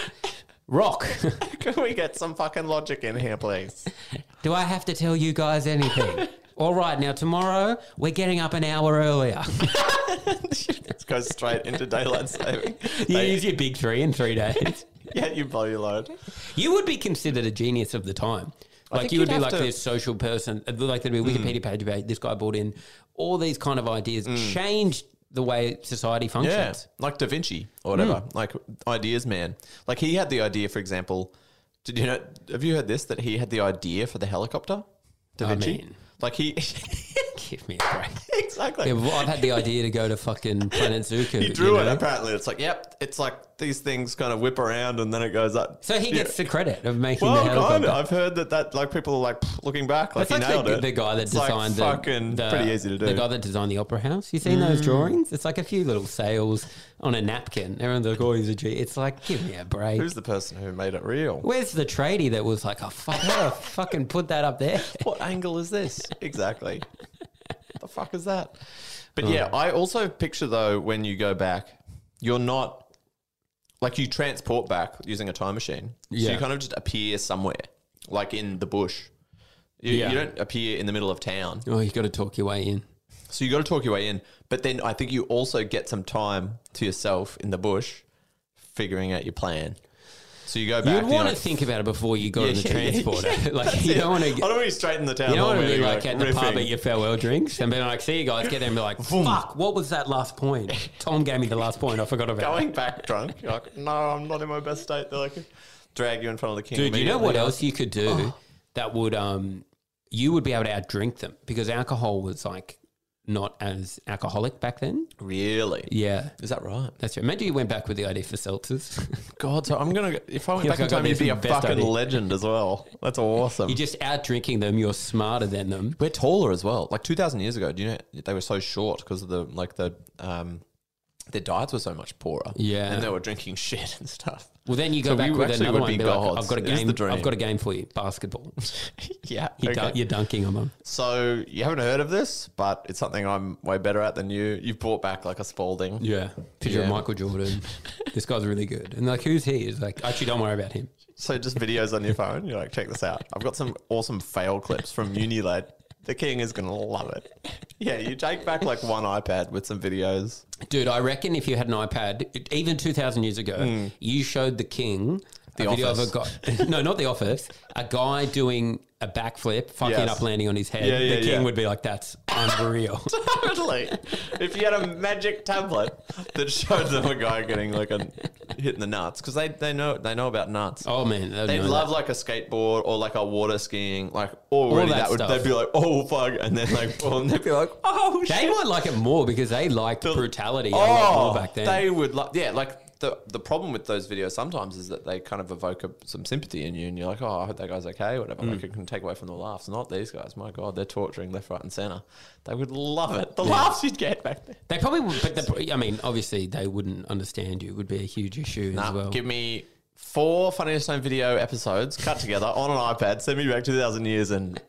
Rock.
Can we get some fucking logic in here, please?
do I have to tell you guys anything? All right, now tomorrow we're getting up an hour earlier.
It goes straight into daylight saving.
you
They-
use your big three in three days.
yeah, you blow your load.
You would be considered a genius of the time. Like
think
you would
you'd
be
have
like
to- Hmm.
this social person. uh, Like there'd be a Wikipedia page about this guy brought in all these kind of ideas, changed the way society
Hmm. Yeah,
functions.
like Da Vinci or whatever.
Hmm.
Like ideas, man. Like he had the idea, for example. Did you know? Have you heard this? That he had the idea for the helicopter, Da
I
Vinci.
mean-
like he
Give me a break.
exactly.
Yeah, well, I've had the idea to go to fucking Planet Zuko.
he drew
you
it.
know?
Apparently, it's like yep. It's like these things kind of whip around and then it goes up.
So he
Yeah.
gets the credit of making
Well,
the
kind
helicopter.
of. I've heard that that like people are like pff, looking back, like
It's
he
like
nailed
the,
it.
the guy that
It's like
designed the,
fucking
the-
pretty easy to do. Mm.
The guy that designed the opera house. You seen those drawings? It's like a few little sails on a napkin. Everyone's like, "Oh, he's a G." It's like, give me a break.
Who's the person who made it real?
Where's the tradie that was like, oh, fuck, how to fucking put that up there?
what angle is this? Exactly. the fuck is that? But yeah,
Oh.
I also picture though when you go back, you're not like you transport back using a time machine. So
Yeah.
you kind of just appear somewhere, like in the bush. You,
Yeah.
you don't appear in the middle of town.
Oh, you got to talk your way in.
So you got to talk your way in. But then I think you also get some time to yourself in the bush figuring out your plan. So you go back.
You'd
and
want
you're
to
like,
think about it before you got
Yeah,
on the
yeah, yeah,
transporter.
yeah.
like, you don't want to
I don't want to be straight in the town.
You don't
hall
want to be
meeting,
like at the pub
riffing.
at your farewell drinks and be like, see you guys, get in and be like, fuck, what was that last point? Tom gave me the last point. I forgot about it.
going back drunk. You're like, no, I'm not in my best state. They're like, drag you in front of the king.
Dude, you know what
immediately.
else you could do
Oh.
that would um you would be able to outdrink them because alcohol was like not as alcoholic back then.
Really?
Yeah.
Is that right?
That's right. Imagine you went back with the idea for seltzers.
God, so I'm gonna. If I went
Yeah,
back in
I got
time, you'd
this
be a
best
fucking
idea.
legend as well. That's awesome.
You're just out drinking them. You're smarter than them.
We're taller as well. Like 2,000 years ago, do you know they were so short because of the like the um their diets were so much poorer.
Yeah.
and they were drinking shit and stuff.
Well, then you go
So
back
we
with
actually
another
would
one.
be
and Be like,
gods.
I've got a
It is
game.
the dream.
I've got a game for you. Basketball.
yeah.
You
okay.
dun- you're dunking on them.
So you haven't heard of this, but it's something I'm way better at than you. You've brought back like a Spalding.
Yeah. Picture of
Yeah.
Michael Jordan. this guy's really good. And like, who's he? It's like, actually, don't worry about him.
So just videos on your phone. You're like, check this out. I've got some awesome fail clips from Unilad. The king is gonna love it. Yeah, you take back like one iPad with some videos.
Dude, I reckon if you had an iPad, it- even 2,000 years ago, you showed the king
Hmm. The
a video of a
Office.
guy. no, not The Office. A guy doing a backflip, fucking
Yes.
up, landing on his head.
Yeah, yeah,
the king
yeah.
would be like, that's unreal.
totally. If you had a magic tablet that showed them a guy getting like a hit in the nuts, because they, they know they know about nuts.
oh, man. they would
They'd
know that.
love like a skateboard or like a water skiing, like already
that
that, would
stuff.
they'd be like, oh fuck, and then like, oh, and they'd be like, oh shit.
They might like it more because they liked brutality a lot
Oh,
more back then.
they would like, yeah, like the the problem with those videos sometimes is that they kind of evoke a, some sympathy in you, and you're like, oh, I hope that guy's okay, whatever.
Mm.
Like, it can take away from the laughs. Not these guys. My God, they're torturing left, right, and center. They would love it. The laughs you'd get back there.
They probably would, but the, I mean, obviously, they wouldn't understand you. It would be a huge issue
Nah,
as well.
give me four Funniest Home Video episodes cut together on an iPad. Send me back 2,000 years and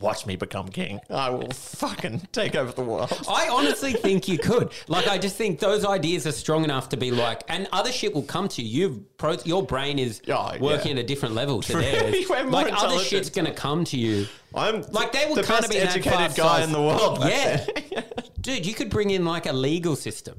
watch me become king. I will fucking take over the world.
I honestly think you could. Like, I just think those ideas are strong enough to be like, and other shit will come to you. You've Pro, your brain is
Yeah,
working
yeah.
at a different level to
We're
theirs.
more
like, other
intelligent.
shit's going to come to you.
I'm
Like, they
the
would kind
best
of be in that
educated
class
guy
size.
in the world. back
Yeah.
then.
Dude, you could bring in like a legal system,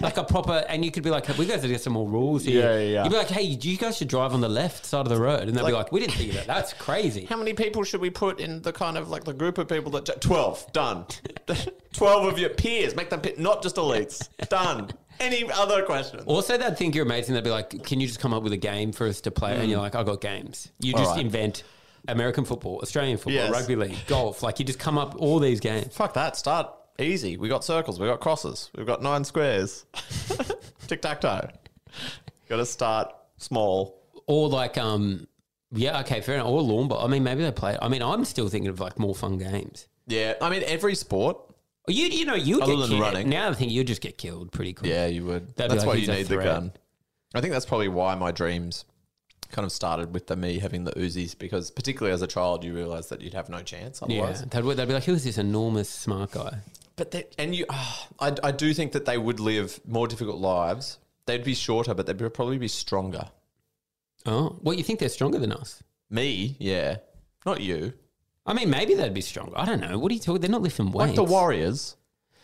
like a proper, and you could be like, "We guys are get some more rules here."
Yeah, yeah, yeah.
You'd be like, "Hey, you guys should drive on the left side of the road," and they'd be
Like-
like, "We didn't think of that. That's crazy."
How many people should we put in the kind of like the group of people that ju- twelve done, twelve of your peers make them pe- not just elites done. Any other questions?
Also, they'd think you're amazing. They'd be like, "Can you just come up with a game for us to play?" And you're like, "I got games." You just
Mm. right.
invent American football, Australian football,
Yes.
rugby league, golf. Like you just come up all these games.
Fuck that. Start easy. We got circles. We got crosses. We've got nine squares. Tic tac toe. Got to start small.
or like um yeah okay fair enough or lawn bowling. I mean maybe they play. I mean I'm still thinking of like more fun games.
Yeah, I mean every sport.
You you know you
Other
get
than
killed.
running.
now I think you just get killed pretty quick.
Yeah, you would.
That'd be
that's
like
why
he's
you
a
need the
threat.
gun. I think that's probably why my dreams kind of started with the me having the Uzis because particularly as a child you realize that you'd have no chance
yeah.
otherwise.
They'd, they'd be like who is this enormous smart guy?
But they, and you, ah, I, I do think that they would live more difficult lives. They'd be shorter, but they'd be- probably be stronger.
Oh well you think they're stronger than us?
Me, yeah, not you.
I mean maybe they'd be stronger. I don't know. What are you talking? They're not lifting weights.
Like the warriors.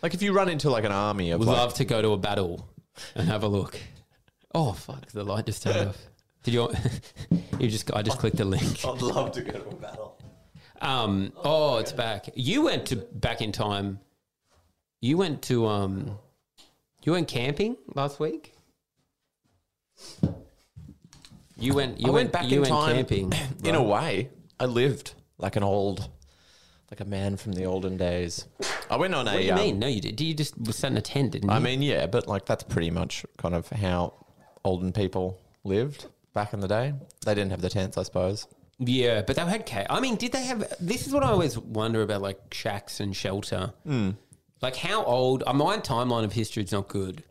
Like if you run into like an army of
Would
like,
love to go to a battle and have a look. Oh fuck! The light just turned off. Oh. Did you? you just I just clicked the link.
I'd love to go to a battle.
Um, oh, it's back. You went to back in time. You went to um, you went camping last week. You went. You
I went back
you
in
went
time.
camping.
In a way, I lived like an old, like a man from the olden days. I went on a.
What do you
um,
mean? No, you did. You just sat in a tent, didn't you?
I mean, yeah, but like that's pretty much kind of how olden people lived back in the day. They didn't have the tents, I suppose.
yeah, but they had cave. I mean, did they have? This is what I always wonder about, like shacks and shelter. Like how old? Uh, my timeline of history is not good.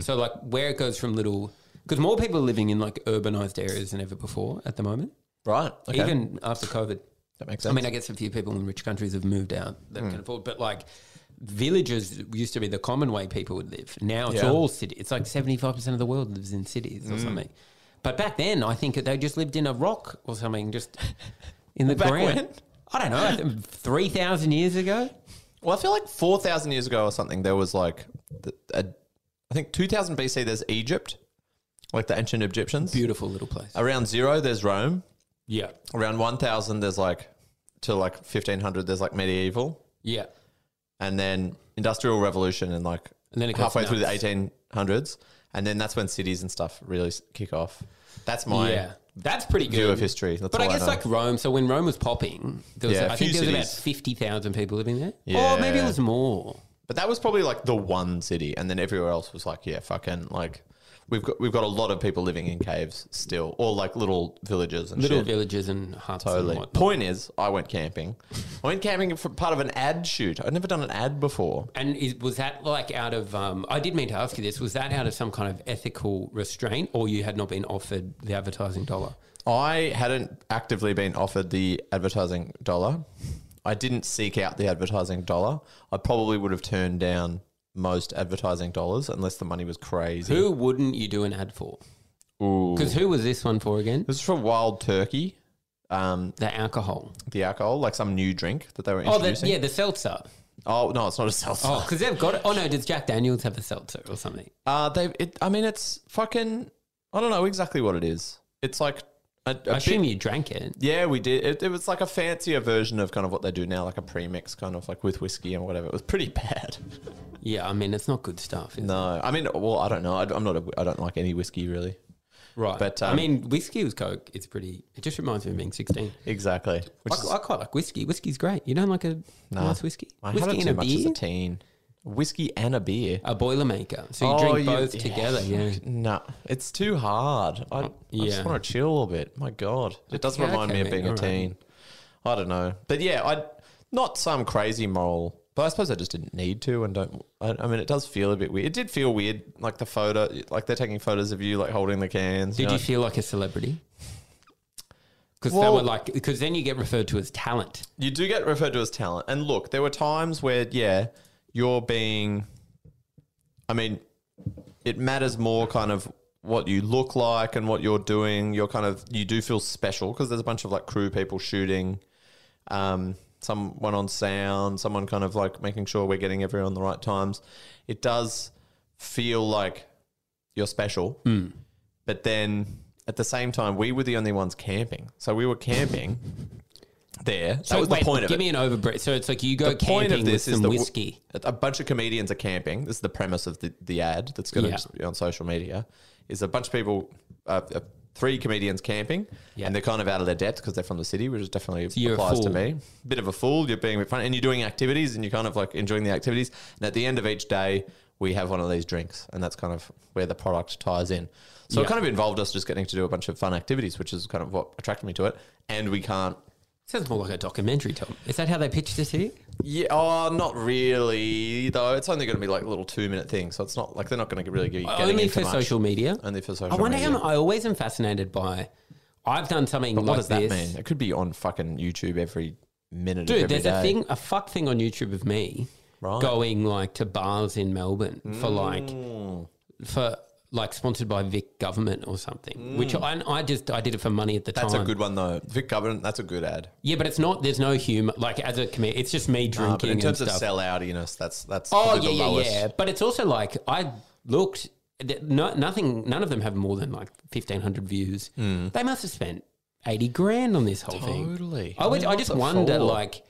So like where it goes from little, because more people are living in like urbanized areas than ever before at the moment.
Right. Okay.
even after COVID.
that makes
I
sense.
mean, I guess a few people in rich countries have moved out that
Hmm.
can afford, but like villages used to be the common way people would live. Now it's
Yeah. Hmm.
all city. It's like seventy five percent of the world lives in cities or something. But back then, I think they just lived in a rock or something, just in the
Back
ground.
when?
I don't know, three thousand years ago.
Well, I feel like 4,000 years ago or something, there was like, the, a, I think 2000 BC, there's Egypt, like the ancient Egyptians.
Beautiful little place.
Around zero, there's Rome.
Yeah,
Around 1,000, there's like, to like 1500, there's like medieval.
yeah.
And then industrial revolution and like
And then it goes
halfway through the
nuts.
1800s. And then that's when cities and stuff really s- kick off. That's my.
yeah, that's pretty good.
view of history. That's
but I
all I
guess
know.
like Rome. So when Rome was popping, there was
Yeah, a
I think
few
there was about
cities.
fifty thousand people living there.
Yeah.
Or maybe it was more.
But that was probably like the one city, and then everywhere else was like, yeah, fucking like we've got we've got a lot of people living in caves still, or like little villages and
little
shit.
villages and huts.
Totally.
And whatnot.
Point is, I went camping. I went camping for part of an ad shoot. I'd never done an ad before.
And is, was that like out of? Um, I did mean to ask you this. Was that out of some kind of ethical restraint, or you had not been offered the advertising dollar?
I hadn't actively been offered the advertising dollar. I didn't seek out the advertising dollar. I probably would have turned down most advertising dollars unless the money was crazy.
Who wouldn't you do an ad for? Because who was this one for again?
This was for Wild Turkey. Um,
The alcohol.
the alcohol, like some new drink that they were
Oh, the,
introducing.
yeah, the seltzer.
Oh no, it's not a seltzer.
Oh, because they've got. Oh no, does Jack Daniels have a seltzer or something?
Uh, they. It, I mean, it's fucking. I don't know exactly what it is. It's like a, a
I assume
bit-
you drank it.
Yeah, we did. It, it was like a fancier version of kind of what they do now, like a premix kind of like with whiskey and whatever. It was pretty bad.
Yeah, I mean it's not good stuff. Is
No, I mean, well, I don't know. I, I'm not. A, I don't like any whiskey really.
it? Right,
but,
but
um,
I mean whiskey was coke. It's pretty. It just reminds me of being sixteen.
Exactly. Which
I, I quite like whiskey. Whiskey's great. You don't like a nice whiskey?
I
whiskey
had it too much as a teen. Whiskey and a beer.
a boilermaker. So Uh, you
Oh,
drink
you-
both
yeah.
together. Yeah.
No, it's too hard. I, I
yeah.
just want to chill a little bit. My God, it does
Okay,
remind me
okay,
of being
mate,
a
all right.
teen. I don't know, but yeah, I not some crazy moral, but I suppose I just didn't need to, and don't. I, I mean, it does feel a bit weird. It did feel weird, like the photo, like they're taking photos of you, like holding the cans.
Did
know?
you feel like a celebrity? because
Well-
they were like because then you get referred to as talent.
You do get referred to as talent. And look, there were times where, yeah, you're being. I mean, it matters more kind of what you look like and what you're doing. You're kind of. You do feel special because there's a bunch of like crew people shooting, um, someone on sound, someone kind of like making sure we're getting everyone the right times. It does feel like you're special.
Hmm.
But then at the same time, we were the only ones camping. So we were camping. There, that was
wait,
the point of
give
it
me an overbreak. So it's like you go
the point of
camping with
this is
some
that w-
whiskey.
a bunch of comedians are camping. This is the premise of the, the ad that's going
Yeah.
to be on social media. Is a bunch of people, uh, uh, three comedians camping,
Yeah.
and they're kind of out of their depth because they're from the city, which is definitely
you're a
applies to
fool.
me. Bit of a fool. You're being a bit fun, and you're doing activities, and you're kind of like enjoying the activities. And at the end of each day, we have one of these drinks, and that's kind of where the product ties in. So
Yeah.
it kind of involved us just getting to do a bunch of fun activities, which is kind of what attracted me to it. And we can't
Sounds more like a documentary, Tom. Is that how they pitched it to you?
Yeah, oh, not really though. It's only going to be like little two minute thing, so it's not like they're not going to really give you getting
Only
into
for
much.
social media.
Only for social.
I wonder
media.
how I always am fascinated by. I've done something
But
like
what does that
this.
mean? It could be on fucking YouTube every minute. of
Dude,
every
there's a
day.
thing, a fuck thing on YouTube of me
Right.
going like to bars in Melbourne for like
Mm.
for like sponsored by Vic government or something. Which I, I just I did it for money at the
Mm. That's
time.
a good one though. Vic Government. That's a good ad.
yeah, but it's not. There's no humor. Like as a commit, it's just me
Uh, but
drinking
in terms
and
of
stuff.
sell outiness, that's that's
oh
probably
yeah,
the
yeah,
lowest.
yeah. But it's also like I looked. th- No, nothing. None of them have more than like fifteen hundred views. They must have spent eighty grand on this whole thing.
Hmm. Totally.
I, would,
mean,
I
what's
just
it
wonder,
for?
like,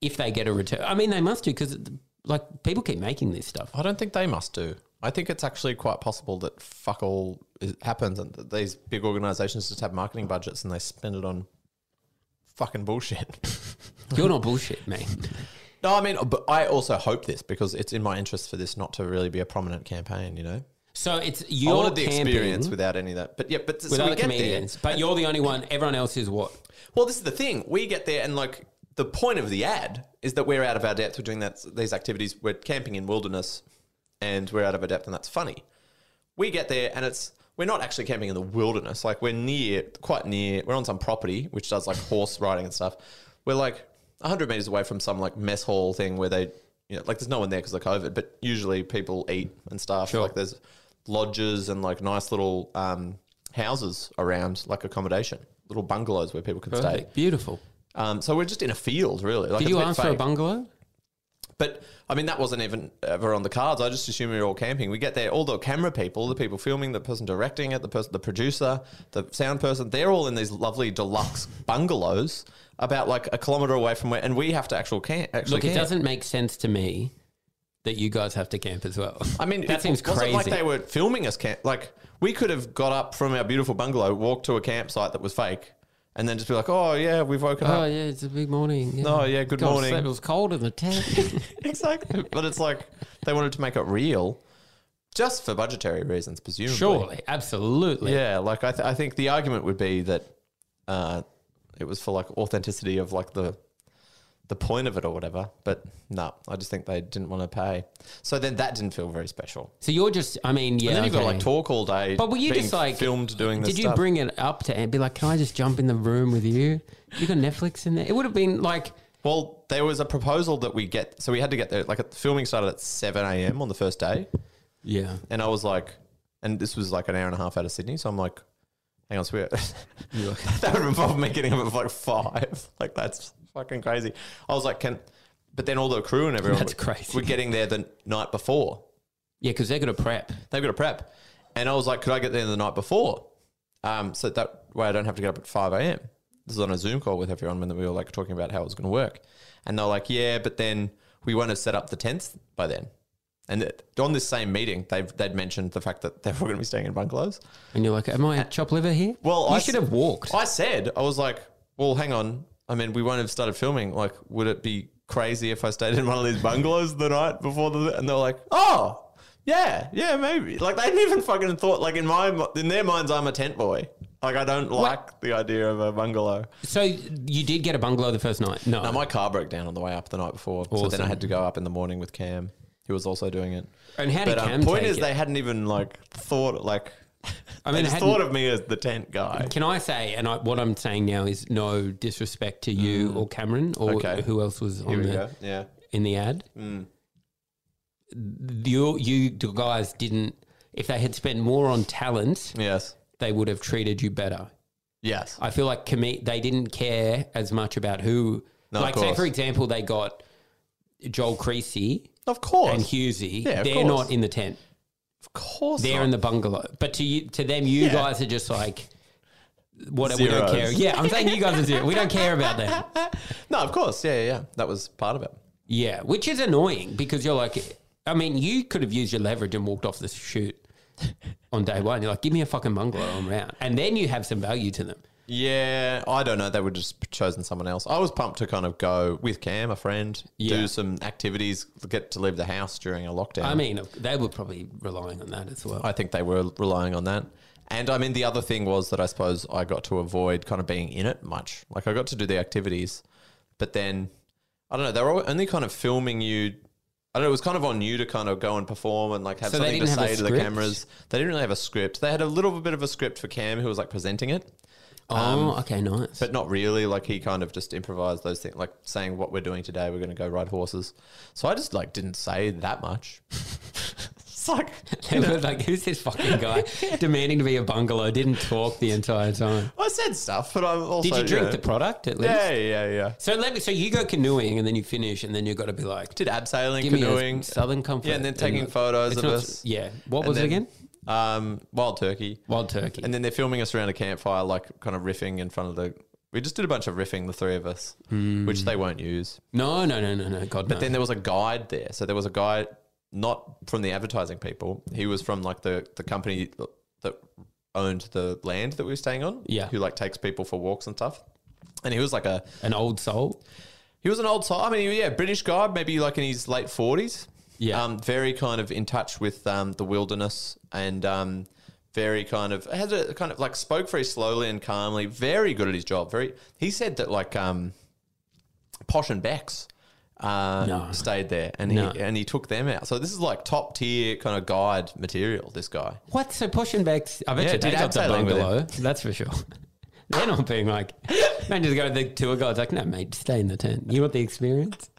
if they get a return. I mean, they must do because, like, people keep making this stuff.
I don't think they must do. I think it's actually quite possible that fuck all is, happens and that these big organisations just have marketing budgets and they spend it on fucking bullshit.
You're not bullshit, mate.
No, I mean, but I also hope this because it's in my interest for this not to really be a prominent campaign. You know,
So it's
I
you're
wanted the
camping
experience
with,
without any of that. But yeah, but so we
other
get
comedians,
there.
but you're the only one. Everyone else is what?
Well, this is the thing. We get there, and like the point of the ad is that we're out of our depth. We're doing that these activities. We're camping in wilderness, and we're out of our depth, and that's funny. We get there, and it's we're not actually camping in the wilderness. Like we're near, quite near. We're on some property which does like horse riding and stuff. We're like hundred meters away from some like mess hall thing where they, you know, like there's no one there because of COVID, but usually people eat and stuff. Like there's lodges and like nice little um, houses around, like accommodation, little bungalows where people can stay.
Perfect. Beautiful.
Um, so we're just in a field, really. Like
Did
it's
you
bit
ask for a
vague.
bungalow?
But I mean, that wasn't even ever on the cards. I just assumed we were all camping. We get there, all the camera people, the people filming, the person directing it, the person, the producer, the sound person, they're all in these lovely deluxe bungalows about like a kilometer away from where, and we have to actual camp. Actually,
Look, it
camp.
doesn't make sense to me that you guys have to camp as well.
I mean,
that
it
seems
wasn't
crazy.
Like they were filming us camp. Like we could have got up from our beautiful bungalow, walked to a campsite that was fake, and then just be like, "Oh yeah, we've woken
oh
up."
yeah, it's a big morning.
Oh, yeah, good
God,
morning.
It was cold in the tent.
exactly. But it's like they wanted to make it real, just for budgetary reasons, presumably.
Surely, absolutely.
Yeah, like I, th- I think the argument would be that uh, it was for like authenticity of like the the point of it or whatever. But no, I just think they didn't want to pay. So then that didn't feel very special.
So you're just, I mean, yeah.
and then you've got to
okay.
like talk all day.
But were you
being
just like
filmed doing this?
Did you
stuff.
bring it up to and be like, "Can I just jump in the room with you? You got Netflix in there?" It would have been like,
Well, there was a proposal that we get. So we had to get there. Like the filming started at seven a.m. on the first day.
yeah,
And I was like, and this was like an hour and a half out of Sydney. So I'm like, hang on, swear. that would involve me getting up at like five. Like, that's fucking crazy. I was like, can, but then all the crew and everyone
That's
were-
crazy.
were getting there the night before.
yeah, because they're gonna prep.
They've got to prep. And I was like, could I get there the night before? Um, so that way I don't have to get up at 5 a.m. This is on a Zoom call with everyone when we were like talking about how it was going to work. And they're like, yeah, but then we won't have set up the tents by then. And it- on this same meeting, they've, they'd mentioned the fact that they were going to be staying in bungalows.
And you're like, "Am I a chop liver here?"
Well,
you
I
should
s-
have walked.
I said, I was like, well, hang on. I mean, we won't have started filming. Like, would it be crazy if I stayed in one of these bungalows the night before the? And they're like, oh, yeah, yeah, maybe. Like, they didn't even fucking thought. Like in my in their minds, I'm a tent boy. Like, I don't like the idea of a bungalow.
so you did get a bungalow the first night. No,
Now, my car broke down on the way up the night before, so then I
Awesome.
had to go up in the morning with Cam, who was also doing it.
and how did
But um,
Cam
point
take
is,
it?
they hadn't even like thought like
I
They
mean, I
just
hadn't-
thought of me as the tent guy.
Can I say, and I, what I'm saying now is no disrespect to you or Cameron or
Mm. Okay.
who else was
Here
on
we
the,
go. Mm. Yeah.
in the ad. You, you guys didn't. If they had spent more on talent,
Yes.
they would have treated you better.
Yes.
I feel like commit they didn't care as much about who.
No, of
like, say
course.
for example, they got Joel Creasy
Of course.
and Husey.
Yeah, of
they're
course.
not in the tent.
of course.
They're
not.
in the bungalow. But to you, to them, you
Yeah.
guys are just like. What, we don't
Zeros.
care. Yeah, I'm saying you guys are zero. We don't care about them.
No, of course. Yeah, yeah, yeah. That was part of it.
Yeah, which is annoying because you're like, I mean, you could have used your leverage and walked off the shoot on day one. You're like, give me a fucking bungalow, I'm round. And then you have some value to them.
Yeah, I don't know. They would just chosen someone else. I was pumped to kind of go with Cam, a friend,
Yeah.
do some activities, get to leave the house during a lockdown.
I mean, they were probably relying on that as well.
Um, I think they were relying on that. And I mean, the other thing was that I suppose I got to avoid kind of being in it much. Like I got to do the activities, but then I don't know. They were al- only kind of filming you. I don't know. It was kind of on you to kind of go and perform and like have
So they
something to
didn't have
say
a
to the
script?
cameras. They didn't really have a script. They had a little bit of a script for Cam, who was like presenting it.
oh, okay, nice.
um, but not really. Like he kind of just improvised those things, like saying what we're doing today, we're going to go ride horses. So I just like didn't say that much. it's like
they were like, who's this fucking guy demanding to be a bungalow? Didn't talk the entire time.
I said stuff, but I'm also
Did you drink
know-
the product at least?
Yeah, yeah, yeah.
So let me. So you go canoeing and then you finish and then you've got to be like,
Did abseiling,
give me
canoeing,
a southern comfort.
yeah, and then taking
like-
photos
it's
of
not-
us.
Yeah. What
And
was it
then,
again?
Um, wild turkey.
Wild turkey.
And then they're filming us around a campfire, like kind of riffing in front of the. We just did a bunch of riffing, the three of us, which they won't use.
no, no, no, no, no. God, Hmm.
But
no.
then there was a guide there. So there was a guy not from the advertising people. He was from like the the company that owned the land that we were staying on.
Yeah.
Who like takes people for walks and stuff. And he was like a
an old soul.
he was an old soul. I mean, yeah, British guy, maybe like in his late forties.
Yeah.
Um, very kind of in touch with um, the wilderness and um, very kind of has a kind of like spoke very slowly and calmly. Very good at his job. Very. He said that like um, Posh and Bex uh,
No.
stayed there and
No.
he and he took them out. So this is like top tier kind of guide material. This guy.
What? So pushing back? I bet
Yeah,
you they
did
got the
abseiling with
bungalow. That's for sure. They're not being like, man, just go to the tour guide's like, no, mate, stay in the tent. You want the experience?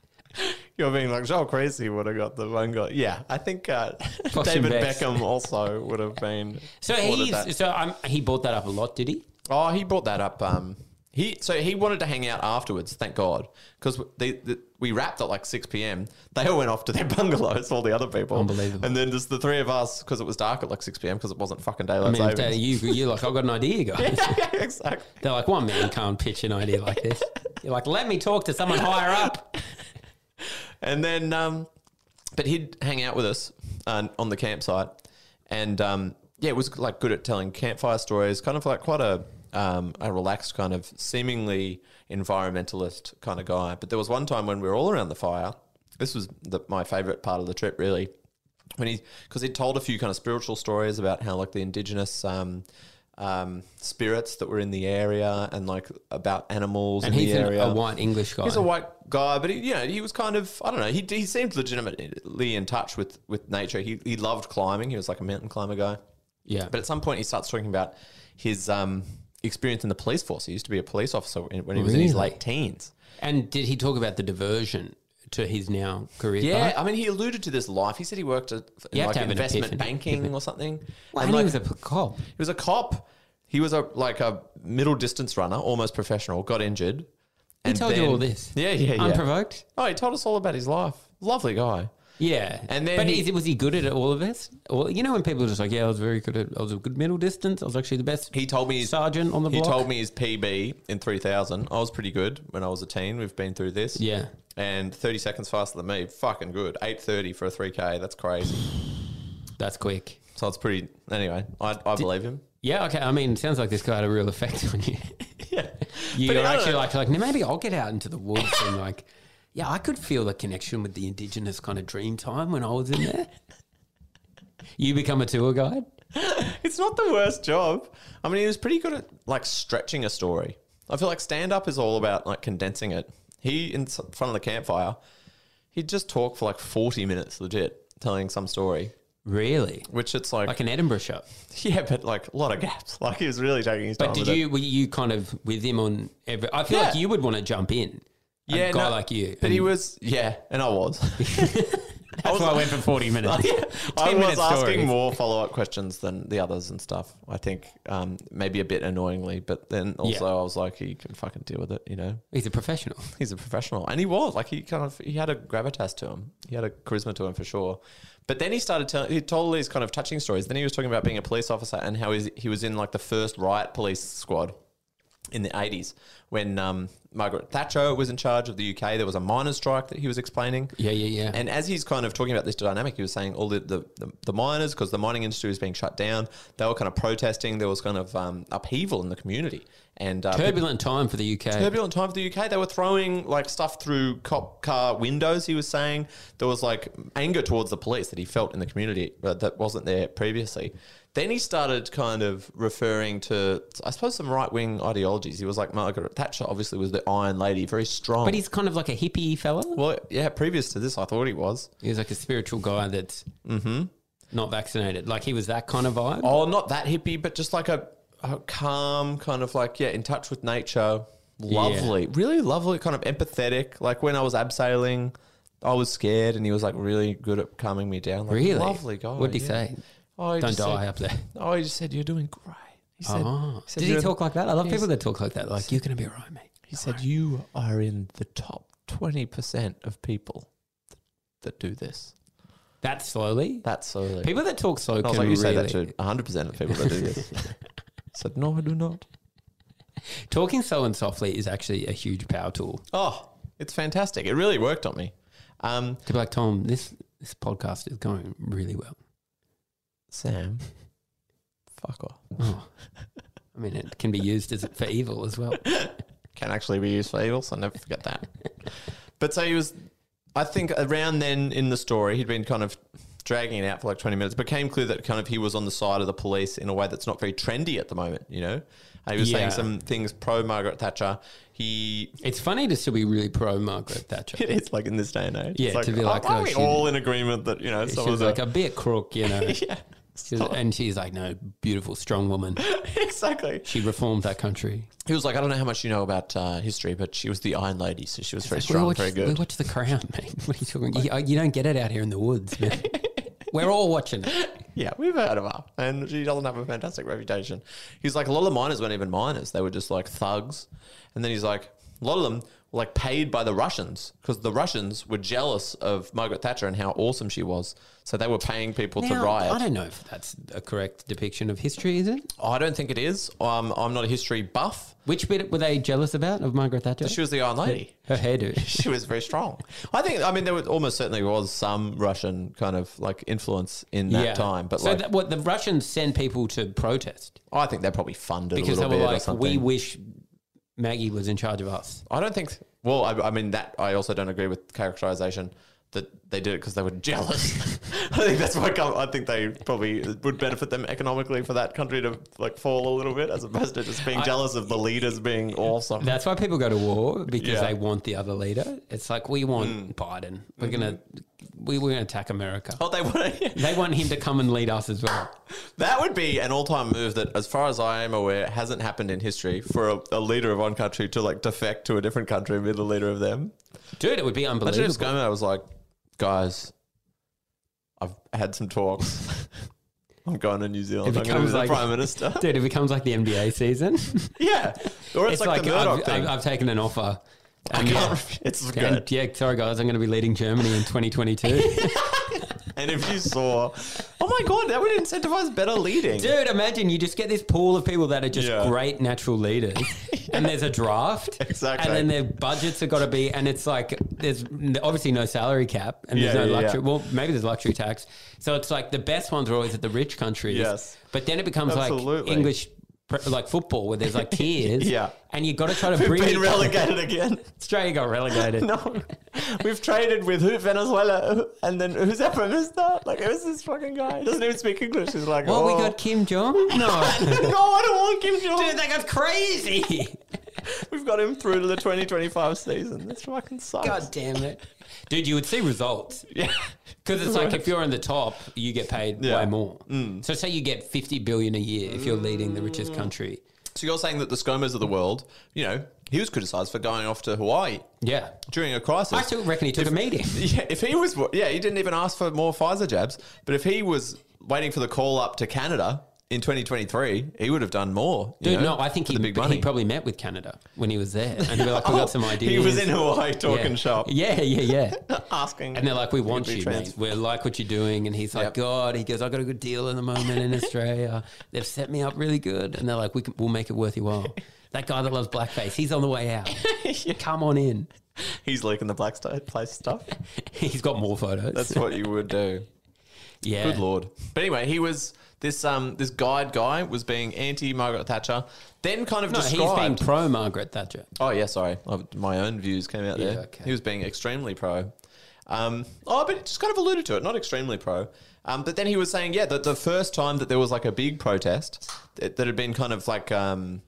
You're being like Joel Creasy would have got the one guy. Yeah, I think uh,
Posh and
David
Bex.
Beckham also would have been.
So
ordered that.
he's so um, he brought that up a lot, did he?
Oh, he brought that up. Um, he so he wanted to hang out afterwards. Thank God, because they, the we wrapped at like six p.m. They all went off to their bungalows. All the other people,
Unbelievable.
And then just the three of us, because it was dark at like six p.m. Because it wasn't fucking
I
daylight
mean,
savings.
Dana, you you're like, I've got an idea, guys.
yeah, exactly.
They're like, one man can't pitch an idea like this. You're like, let me talk to someone higher up.
And then, um, but he'd hang out with us uh, on the campsite, and um, yeah, it was like good at telling campfire stories. Kind of like quite a um, a relaxed kind of seemingly environmentalist kind of guy. But there was one time when we were all around the fire. This was the, my favorite part of the trip, really. When he, because he told a few kind of spiritual stories about how like the indigenous um, um, spirits that were in the area and like about animals
And "Oh,
in
he's
the
an,
area.
a white English guy.
He's a white guy, but he, you know, he was kind of I don't know. He, he seemed legitimately in touch with with nature. He he loved climbing. He was like a mountain climber guy.
yeah,
But at some point, he starts talking about his um experience in the police force. He used to be a police officer when when he was in his
Really?
late teens.
and did he talk about the diversion to his now career?
Yeah,
path?
I mean, he alluded to this life. He said he worked at
You have
like
to have an
investment
epiphany.
banking or something.
and he
like,
was a cop.
He was a cop. He was a like a middle distance runner, almost professional. Got injured.
He told you all this.
Yeah, yeah, yeah.
Unprovoked.
Oh, he told us all about his life. Lovely guy.
Yeah,
And then
but
he-
is, was he good at all of this? Or you know, when people are just like, "Yeah, I was very good at. I was a good middle distance. I was actually the best."
He told me his
sergeant on the
He
block.
told me his PB in three thousand. I was pretty good when I was a teen. We've been through this.
Yeah.
And thirty seconds faster than me. Fucking good. Eight thirty for a three k. That's crazy.
that's quick.
So it's pretty. Anyway, I, I believe him.
Yeah, okay. I mean, it sounds like this guy had a real effect on you.
Yeah.
You're
But I don't
actually
know.
like, like, maybe I'll get out into the woods and like, yeah, I could feel the connection with the indigenous kind of dream time when I was in there. you become a tour guide.
It's not the worst job. I mean, he was pretty good at like stretching a story. I feel like stand up is all about like condensing it. He in s- front of the campfire, he'd just talk for like forty minutes, legit, telling some story.
Really?
which it's like,
Like an Edinburgh show.
yeah, but like a lot of gaps. Like he was really taking his time.
But did
with it.
you were you kind of with him on every? I feel
Yeah.
like you would want to jump in. A
Yeah,
guy
no,
like you.
But he
And
was, yeah, and I was.
That's why I went for forty minutes.
I
10 minute
was asking
stories.
more follow up questions than the others and stuff. I think um, maybe a bit annoyingly, but then also
Yeah.
I was like, he can fucking deal with it, you know.
He's a professional.
He's a professional, and he was like he kind of he had a gravitas to him. He had a charisma to him for sure. But then he started telling he told all these kind of touching stories. Then he was talking about being a police officer and how he's, he was in like the first riot police squad in the 80s when um, Margaret Thatcher was in charge of the UK. There was a miners' strike that he was explaining.
Yeah, yeah, yeah.
And as he's kind of talking about this dynamic, he was saying all the, the, the, the miners, because the mining industry was being shut down, they were kind of protesting. There was kind of um, upheaval in the community. And uh, people-
Turbulent time for the UK.
turbulent time for the UK. They were throwing like stuff through cop car windows. He was saying there was like anger towards the police that he felt in the community uh, that wasn't there previously. Then he started kind of referring to, I suppose, some right wing ideologies. He was like Margaret Thatcher, obviously, was the Iron Lady, very strong.
but he's kind of like a hippie fella.
well, yeah. Previous to this, I thought he was.
He's like a spiritual guy that's not vaccinated. Like he was that kind of vibe.
Mm-hmm. Oh, not that hippie, but just like a, a calm kind of like yeah, in touch with nature. Lovely, really lovely, kind of empathetic. Like when I was abseiling, I was scared, and he was like really good at calming me down. Like,
really?
lovely guy.
What did he
yeah.
say?
Oh, he
Don't
just
die
said-
up there.
Oh, he just said you're doing great. He said,
Oh.
said
Did he
you're-
talk like that? I love people that talk like that. Like, you're going to be all right, mate.
he said you are in the top twenty percent of people that do this.
That slowly.
That's so. Like,
People that talk slow
I
can
was like, you
really
say that to hundred percent of people that do this. I said no, I do not.
talking slow and softly is actually a huge power tool.
Oh, it's fantastic. It really worked on me. Um,
To be like, Tom, this this podcast is going really well.
Sam, fuck off.
Oh. I mean, it can be used as for evil as well.
Can actually be used for evil, so never forget that. but so he was, I think around then in the story, he'd been kind of dragging it out for like 20 minutes. It became clear that kind of he was on the side of the police in a way that's not very trendy at the moment, you know? And he was
Yeah.
saying some things pro Margaret Thatcher. He
It's funny to still be really pro Margaret Thatcher.
it is like in this day and age.
Yeah,
it's like,
to be like,
are, are
oh,
we
she-
all in agreement that you know
She was
someone's
like
like
a bit crook, you know.
yeah,
She was- and she's like, no, beautiful, strong woman.
exactly.
She reformed that country.
He was like, I don't know how much you know about uh, history, but she was the Iron Lady, so she was very
we
strong,
watch,
very
We
good.
watch The Crown, mate. What are you talking? You, uh, you don't get it out here in the woods. Man. We're all watching it.
Yeah, we've heard of her, and she doesn't have a fantastic reputation. He's like, a lot of miners weren't even miners; they were just like thugs. And then he's like, a lot of them were like paid by the Russians because the Russians were jealous of Margaret Thatcher and how awesome she was, so they were paying people to
Now,
riot.
I don't know if that's a correct depiction of history, is it?
I don't think it is. Um, I'm not a history buff.
Which bit were they jealous about of Margaret Thatcher?
She was the Iron Lady.
Her hairdo.
she was very strong. I think. I mean, there was almost certainly was some Russian kind of like influence in that time, but
so
like,
that, what the Russians send people to protest
I think they probably funded
because
a
they
little
were
bit or
like,
something.
"We wish Maggie was in charge of us."
I don't think. Well, I, I mean that I also don't agree with characterization that they did it because they were jealous. I think that's why. com- I think they probably it would benefit them economically for that country to like fall a little bit, as opposed to just being jealous of the leaders being awesome.
That's why people go to war because
Yeah. Mm.
they want the other leader. It's like we want Biden. We're gonna
Mm-hmm.
we, we're gonna attack America.
oh, they want.
They want him to come and lead us as well.
That would be an all-time move that, as far as I am aware, hasn't happened in history for a, a leader of one country to like defect to a different country and be the leader of them.
Dude, it would be
Imagine if
unbelievable.
Gomez was like, "Guys, I've had some talks. I'm going to New Zealand.
It
I'm going to be
becomes
the
like-
prime minister."
Dude, it becomes like the NBA season. it's,
yeah, or it's, like, the Murdoch
I've,
thing.
I've, I've taken an offer.
I
And yeah,
can't- It's good.
and yeah, sorry guys, I'm going to be leading Germany in 2022.
And if you saw, oh my god, that would incentivize better leading.
Dude, imagine you just get this pool of people that are just
Yeah.
great natural leaders, and there's a draft,
Exactly.
and then their budgets have got to be, and it's like there's n- obviously no salary cap, and
Yeah,
there's no
yeah,
luxury.
yeah.
Well, maybe there's luxury tax, so it's like the best ones are always at the rich countries.
Yes.
but then it becomes like
Absolutely.
English. pre- Like football, where there's like tiers,
Yeah.
and you got to try to
We've
bring
been
it-
relegated again.
Australia got relegated.
No, we've traded with who Venezuela, and then who's our prime minister? Like, who's this fucking guy? He doesn't even speak English. He's like,
Well,
oh,
we got Kim Jong. No,
no, I don't want Kim Jong.
dude, that got crazy.
We've got him through to the 2025 season. That's fucking sucks.
God damn it. Dude, you would see results. Yeah. Because it's like if you're in the top, you get paid
Yeah. Mm.
way more. So say you get 50 billion a year if you're leading the richest country.
So you're saying that the ScoMos of the world, you know, he was criticised for going off to Hawaii
Yeah.
during a crisis.
I still reckon he took a meeting.
Yeah, if he was, yeah, he didn't even ask for more Pfizer jabs. But if he was waiting for the call up to Canada in 2023, he would have done more. you
Dude,
know,
no, I think
for
he,
the big money. Oh,
he probably met with Canada when he was there. And they were like, we got some ideas.
He was in Hawaii
Yeah.
talking shop,
Yeah, yeah, yeah.
asking,
And they're like, we want you, mate.
trans-
We like what you're doing. And he's like,
Yep.
God, he goes, I got a good deal at the moment in Australia. They've set me up really good. And they're like, we can, we'll make it worth your while. That guy that loves blackface, he's on the way out. Come on in.
He's leaking the black Sto- place stuff.
He's got more photos.
That's what you would do.
yeah.
Good lord. But anyway, he was this um this guide guy was being anti Margaret Thatcher, then kind of
No, he's being
described.
pro Margaret Thatcher.
Oh yeah, sorry, I've- my own views came out there.
Yeah, okay.
He was being extremely pro. Um, oh, but it just kind of alluded to it, not extremely pro. Um, but then he was saying, yeah, that the first time that there was like a big protest that, that had been kind of like um,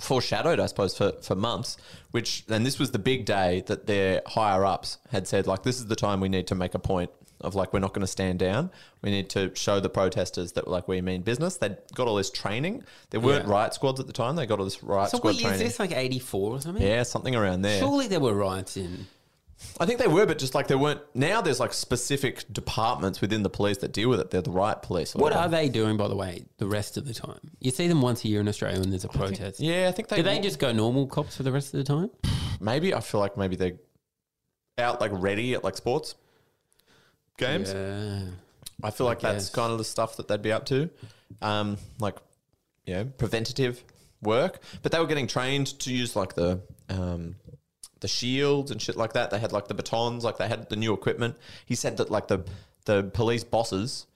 foreshadowed, I suppose, for, for months, which, and this was the big day that their higher ups had said, like, this is the time we need to make a point of like, we're not going to stand down. We need to show the protesters that, like, we mean business. They'd got all this training. There weren't
Yeah.
riot squads at the time. They got all this riot
So
squad
what year is
training.
this? Like 84 or something?
Yeah, something around there.
Surely there were riots in.
I think they were, but just like they weren't. Now there's like specific departments within the police that deal with it. They're the riot police. or
What
whatever.
are they doing, by the way, the rest of the time? You see them once a year in Australia when there's a protest.
Yeah, I think they.
Do they just go normal cops for the rest of the time?
maybe? I feel like maybe they're out like ready at like sports games.
Yeah.
I feel like that's
guess.
kind of the stuff that they'd be up to, um, like you know, preventative work. But they were getting trained to use like the um, the shields and shit like that. They had like the batons, like they had the new equipment. He said that like the the police bosses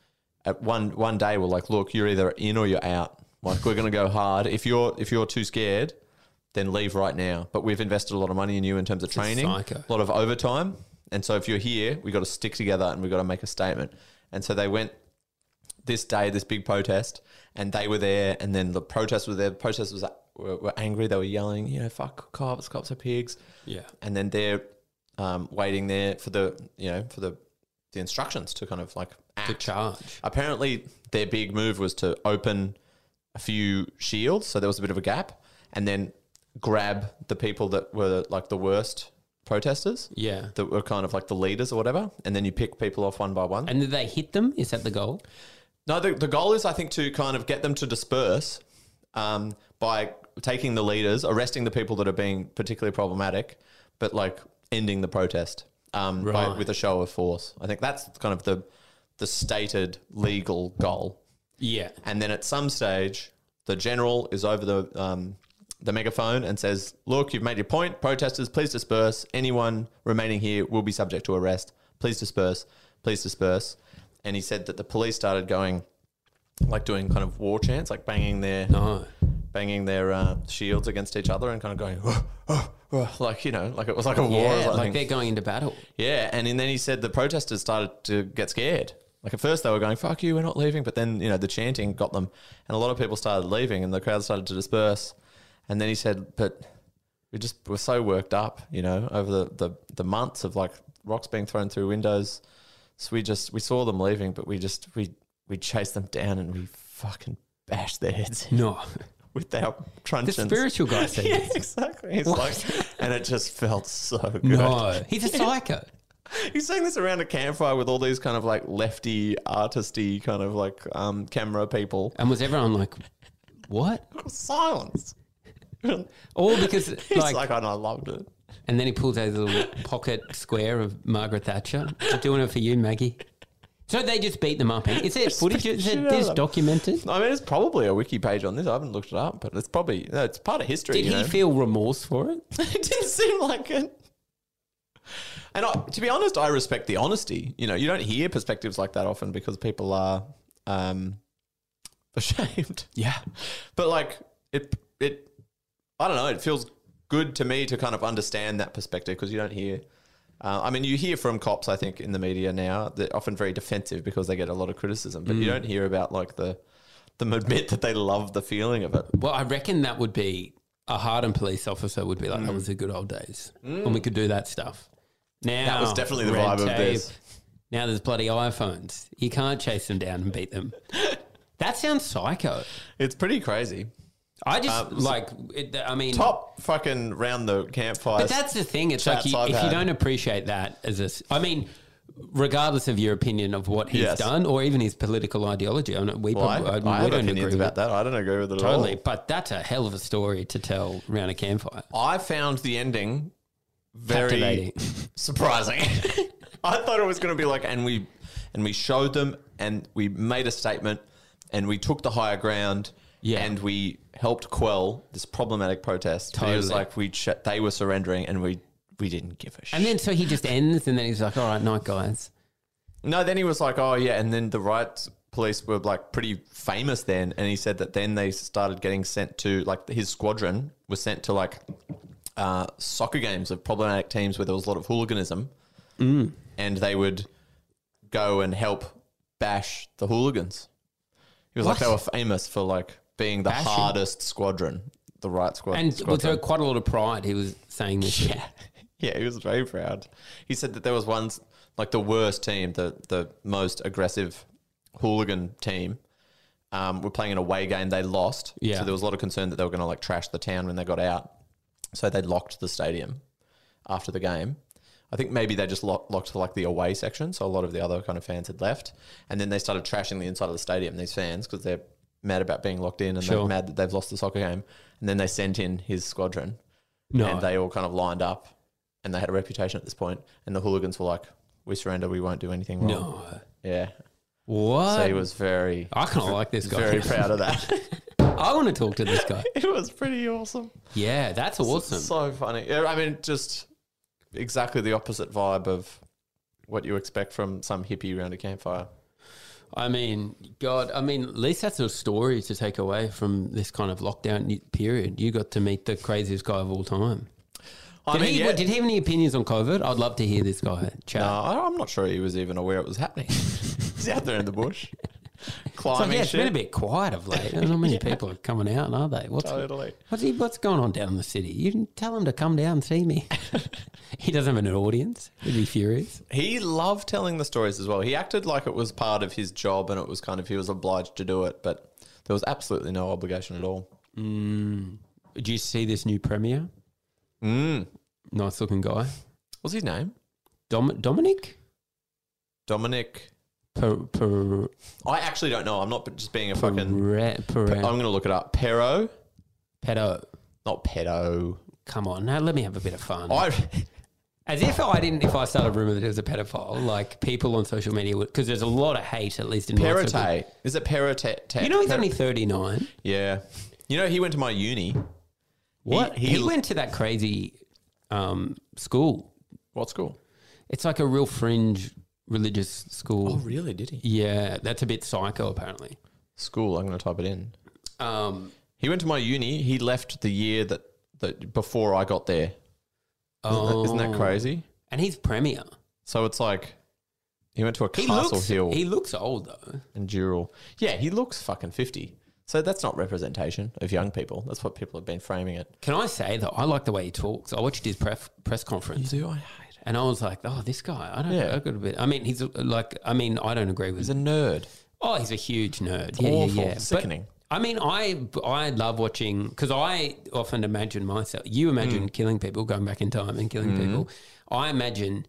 at one one day were like, "Look, you're either in or you're out. Like we're gonna go hard. If you're if you're too scared." Then leave right now. But we've invested a lot of money in you in terms of training,
psycho.
a lot of overtime. And so if you're here, we got to stick together and we got to make a statement. And so they went this day, this big protest, and they were there, and then the protest was there. The protesters were, were angry. They were yelling, you know, fuck cops, cops are pigs.
Yeah.
And then they're um, waiting there for the, you know, for the the instructions to kind of like act.
To charge.
Apparently, their big move was to open a few shields, so there was a bit of a gap, and then grab the people that were like the worst protesters.
Yeah.
That were kind of like the leaders or whatever, and then you pick people off one by one.
And did they hit them? Is that the goal?
No, the, the goal is, I think, to kind of get them to disperse um, by taking the leaders, arresting the people that are being particularly problematic, but like ending the protest um, by,
Right.
with a show of force. I think that's kind of the the stated legal goal.
Yeah.
And then at some stage, the general is over the um, the megaphone and says, "Look, you've made your point. Protesters, please disperse. Anyone remaining here will be subject to arrest. Please disperse. Please disperse." And he said that the police started going, like doing kind of war chants, like banging their
No.
banging their uh, shields against each other and kind of going, like you know, like it was like a war. or
Yeah,
something.
like they're going into battle.
Yeah, and, then he said the protesters started to get scared. Like at first they were going, "Fuck you, we're not leaving," but then you know the chanting got them, and a lot of people started leaving, and the crowd started to disperse. And then he said, "But we just were so worked up, you know, over the the, the months of like rocks being thrown through windows, so we just we saw them leaving, but we just we we chased them down and we fucking bashed their heads in
No.
with our
The
truncheons."
spiritual guy said
yeah,
this.
exactly. It's
What?
like, and it just felt so good.
No. He's a psycho.
He's saying this around a campfire with all these kind of like lefty, artisty kind of like um, camera people.
And was everyone like, what?
Silence.
All because,
He's like,
like,
and I loved it.
and then he pulls out his little pocket square of Margaret Thatcher. I'm doing it for you, Maggie. So they just beat them up. eh? Is there footage? Is
shit
it
out of
this
them.
documented?
I mean, it's probably a wiki page on this. I haven't looked it up, but it's probably no, it's part of history.
Did
you
he
know?
feel remorse for it?
it didn't seem like it. And I, to be honest, I respect the honesty. You know, you don't hear perspectives like that often because people are um, ashamed. Yeah, but like it, it, I don't know. It feels good to me to kind of understand that perspective because you don't hear. Uh, I mean, you hear from cops, I think, in the media now. They're often very defensive because they get a lot of criticism, but you don't hear about like the them admit that they love the feeling of it.
Well, I reckon that would be a hardened police officer would be like,
Mm.
that was the good old days when we could do that stuff. Now
That was definitely the
red
vibe of this.
Now there's bloody iPhones. You can't chase them down and beat them. that sounds psycho.
It's pretty crazy.
I just
Um, so-
like. It, I mean,
Top fucking round the campfire.
But that's the thing. It's
chats
like you,
I've
if you
had.
don't appreciate that as a, s- I mean, regardless of your opinion of what he's
Yes.
done or even his political ideology, I don't, we
Well, I,
probably
I
I, we
have
don't
opinions
agree
about
about that
that. I don't agree with it
totally.
at all.
But that's a hell of a story to tell around a campfire.
I found the ending very
Captivating.
surprising. I thought it was going to be like, and we and we showed them, and we made a statement, and we took the higher ground,
Yeah.
and we helped quell this problematic protest. But It was
Totally.
like we ch- they were surrendering, and we we didn't give a shit.
And then so he just ends, and then he's like, "All right, night, guys."
No, then he was like, oh, yeah. And then the rights police were like pretty famous then. And he said that then they started getting sent to, like, his squadron was sent to, like, uh, soccer games of problematic teams where there was a lot of hooliganism.
Mm.
And they would go and help bash the hooligans. He was like, they were famous for, like, being the
Bashing?
hardest squadron, the right squad-
And
squadron.
with uh, quite a lot of pride, he was saying this. Yeah.
Yeah, he was very proud. He said that there was once like the worst team, the the most aggressive hooligan team. Um, were playing an away game. They lost.
Yeah.
So there was a lot of concern that they were going to like trash the town when they got out. So they locked the stadium after the game. I think maybe they just lock, locked like the away section. So a lot of the other kind of fans had left, and then they started trashing the inside of the stadium. These fans because they're mad about being locked in and
Sure.
they're mad that they've lost the soccer game. And then they sent in his squadron
No.
and they all kind of lined up and they had a reputation at this point and the hooligans were like we surrender we won't do anything wrong
no.
yeah
What?
so he was very
I kind of like this guy.
very proud of that
I want to talk to this guy.
it was pretty awesome
Yeah, that's awesome.
so funny Yeah, i mean just exactly the opposite vibe of what you expect from some hippie around a campfire
I mean, God, I mean, at least that's a story to take away from this kind of lockdown y- period. You got to meet the craziest guy of all time.
I
Did,
mean,
he,
yeah.
did he have any opinions on COVID? I'd love to hear this guy chat.
no, I- i'm not sure he was even aware it was happening he's out there in the bush
It's like,
climbing
yeah, it's
shit.
been a bit quiet of late. Not many people are coming out, are they? What's,
Totally.
what's, he, what's going on down in the city? You can tell him to come down and see me. he doesn't have an audience. He'd be furious.
He loved telling the stories as well. He acted like it was part of his job and it was kind of he was obliged to do it, but there was absolutely no obligation at all.
Did you see this new premiere?
Mm.
Nice looking guy.
What's his name?
Dom- Dominic?
Dominic.
Per- per-
I actually don't know. I'm not just being a fucking.
Pere-
I'm going to look it up. Pero,
Pedo.
not pedo.
Come on, now let me have a bit of fun.
I
As if I didn't, if I started a rumor that he was a pedophile, like people on social media would, because there's a lot of hate, at least in my circle.
Perite. Is it Perite?
You know, he's only 39.
Yeah. You know, he went to my uni.
What? He,
He- he-
went to that crazy um, school.
What school?
It's like a real fringe religious school.
really? Did he?
Yeah, that's a bit psycho, apparently.
School. I'm going to type it in.
Um,
He went to my uni. He left the year that, that before I got there.
oh,
Isn't that crazy?
And he's premier.
So it's like he went to a
He
Castle
looks,
Hill
he looks old, though.
and Dural. Yeah, he looks fucking fifty. So that's not representation of young people. That's what people have been framing it.
Can I say, though, I like the way he talks. I watched his pref- press conference.
do I hate?
And I was like, oh, this guy, I don't
Yeah.
I got a bit. I mean, he's like, I mean, I don't agree with
He's a
him.
nerd.
Oh, he's a huge nerd. Yeah,
Awful.
yeah, yeah. But,
Sickening.
I mean, I I love watching because I often imagine myself. You
Mm.
imagine killing people, going back in time and killing people. I imagine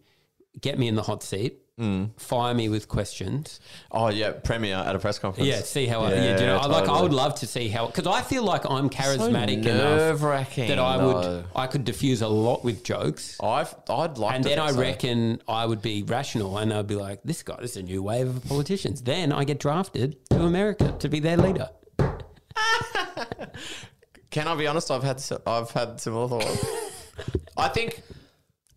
get me in the hot seat,
Mm.
fire me with questions.
Oh yeah, premier at a press conference.
Yeah, see how I. Yeah, do you know, I like I would love to see how because I feel like I'm charismatic enough
nerve-wracking,
that I
though.
would I could diffuse a lot with jokes.
I've, I'd like.
And
to
then
think
I
so.
reckon I would be rational and I'd be like, this guy, this is a new wave of politicians. Then I get drafted to America to be their leader.
Can I be honest? I've had si- I've had similar thoughts. I think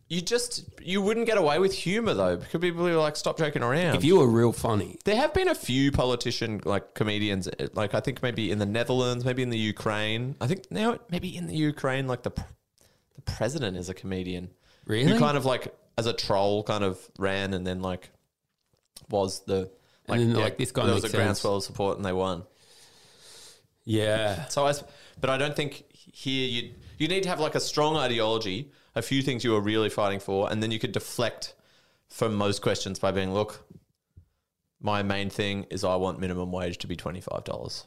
you just you wouldn't get away with humor though, because people are like stop joking around.
If you were real funny,
There have been a few politician like comedians, eh, like I think maybe in the Netherlands, maybe in the Ukraine. I think now maybe in the Ukraine, like the pr- the president is a comedian.
Really?
Who kind of like as a troll kind of ran and then like was the
And then they're like, this guy
there was a
makes sense.
groundswell of support and they won.
Yeah.
So I, s- but I don't think here you you need to have like a strong ideology, a few things you are really fighting for, and then you could deflect from most questions by being, look, my main thing is I want minimum wage to be twenty five dollars.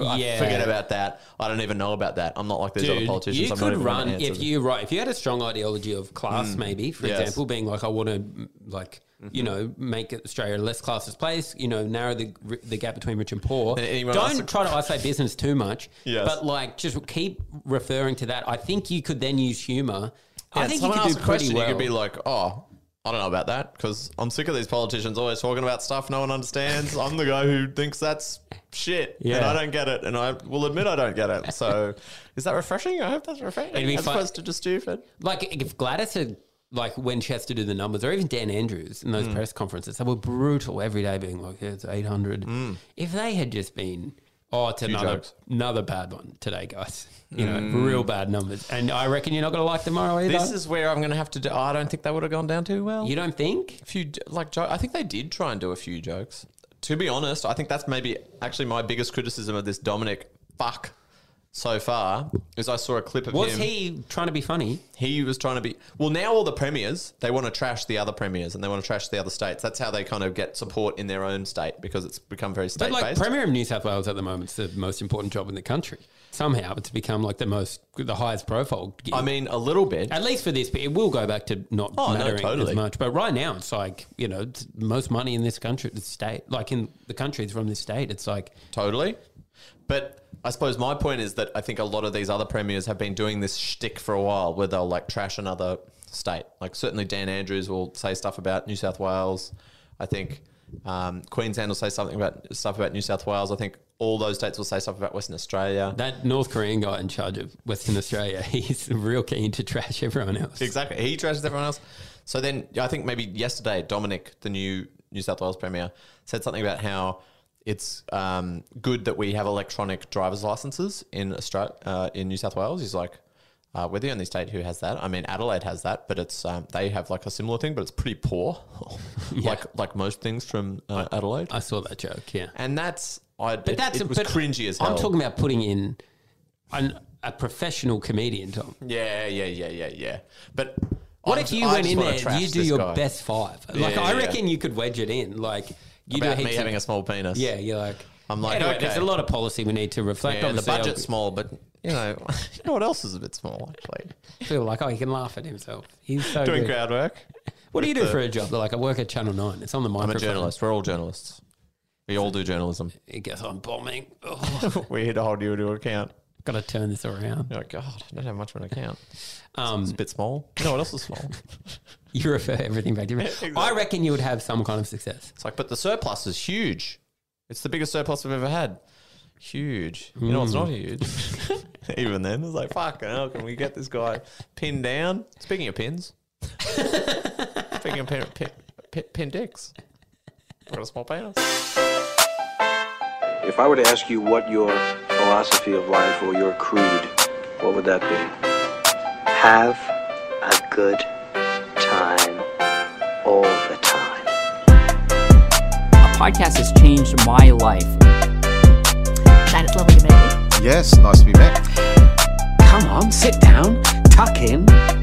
Yeah.
Forget about that. I don't even know about that. I'm not like these other politicians.
You
I'm not
could
even gonna
run
answer
if
them.
you right if you had a strong ideology of class, maybe for
Mm. Yes. Mm-hmm.
example, being like I want to like you know make Australia a less classless place. You know, narrow the the gap between rich and poor.
Then anyone
Don't
else-
try to isolate business too much.
Yes.
but like just keep referring to that. I think you could then use humor. I
Yeah,
think you
someone
could do
asked a
pretty
question,
well.
You could be like, oh, I don't know about that because I'm sick of these politicians always talking about stuff no one understands. I'm the guy who thinks that's shit and
Yeah.
I don't get it, and I will admit I don't get it. So, is that refreshing? I hope that's refreshing.
It'd be
as
fun-
opposed to just stupid.
Like if Gladys had like when she has to do the numbers, or even Dan Andrews in those
Mm.
press conferences, they were brutal every day, being like, yeah, "It's 800. If they had just been, "Oh, it's another
Mm. jokes. Mm.
another bad one today, guys," you know, real bad numbers, and I reckon you're not going to like tomorrow either.
This is where I'm going to have to. Do, I don't think that would have gone down too well.
you don't think?
a few j- like jo- I think they did try and do a few jokes. To be honest, I think that's maybe actually my biggest criticism of this Dominic fuck so far is I saw a clip of
Was
him.
he trying to be funny?
he was trying to be well now all the premiers they want to trash the other premiers and they want to trash the other states that's how they kind of get support in their own state because it's become very state
But like
based
Premier of New South Wales at the moment is the most important job in the country. Somehow it's become like the most, the highest profile. Gig.
i mean a little bit
At least for this, but it will go back to not
Oh, no,
mattering
totally.
as much. But right now, it's like you know, it's most money in this country, the state, like in the country, is from this state. It's like
totally but i suppose my point is that i think a lot of these other premiers have been doing this shtick for a while where they'll like trash another state like certainly dan andrews will say stuff about new south wales i think um, queensland will say something about stuff about new south wales i think all those states will say stuff about western australia
that North Korean guy in charge of Western Australia. He's real keen to trash everyone else.
Exactly. He trashes everyone else. So then I think maybe yesterday, Dominic, the new New South Wales Premier, said something about how it's um, good that we have electronic driver's licenses in Australia, uh, in New South Wales. He's like, uh, we're the only state who has that. I mean, Adelaide has that, but it's um, they have like a similar thing, but it's pretty poor, like like most things from uh, Adelaide.
I saw that joke. Yeah,
and that's I. But
that's
that's it was
but
cringy as hell.
I'm talking about putting in an, a professional comedian. Tom,
Yeah, yeah, yeah, yeah, yeah. But
what
I'm
if
ju-
you
I
went
just
in
wanna
there?
trash
You do
this
your
guy.
best five. Like
Yeah,
I
yeah.
reckon you could wedge it in. Like you
about
do heaps
me
of-
having a small penis.
yeah, you're like.
I'm like,
anyway,
okay.
there's a lot of policy we need to reflect
Yeah,
on.
the budget's small, but you know, you know what else is a bit small actually?
feel like, oh, he can laugh at himself. He's so
Doing
good.
crowd work.
What do you do
with
for
the-
a job? They're like, I work at Channel 9. It's on the
I'm
microphone.
a journalist. We're all journalists. We all do journalism.
I guess oh, I'm bombing. Ugh,
We're here to hold you to account.
Got to turn this around.
You're like, Oh, God, I don't have much of an account. It's
Um,
a bit small. You know what else is small?
you refer everything back to me. I reckon you would have some kind of success.
It's like, but the surplus is huge. It's the biggest surplus we've ever had. Huge. You know what's not huge? Even then, it's like, fuck, how can we get this guy pinned down? Speaking of pins, speaking of pin, pin, pin, pin dicks, I've got a small penis.
If I were to ask you what your philosophy of life or your creed, what would that be?
Have a good time all the time.
A podcast has changed my life.
Shane, it's lovely to meet you.
Yes, nice to be back.
Come on, sit down, tuck in.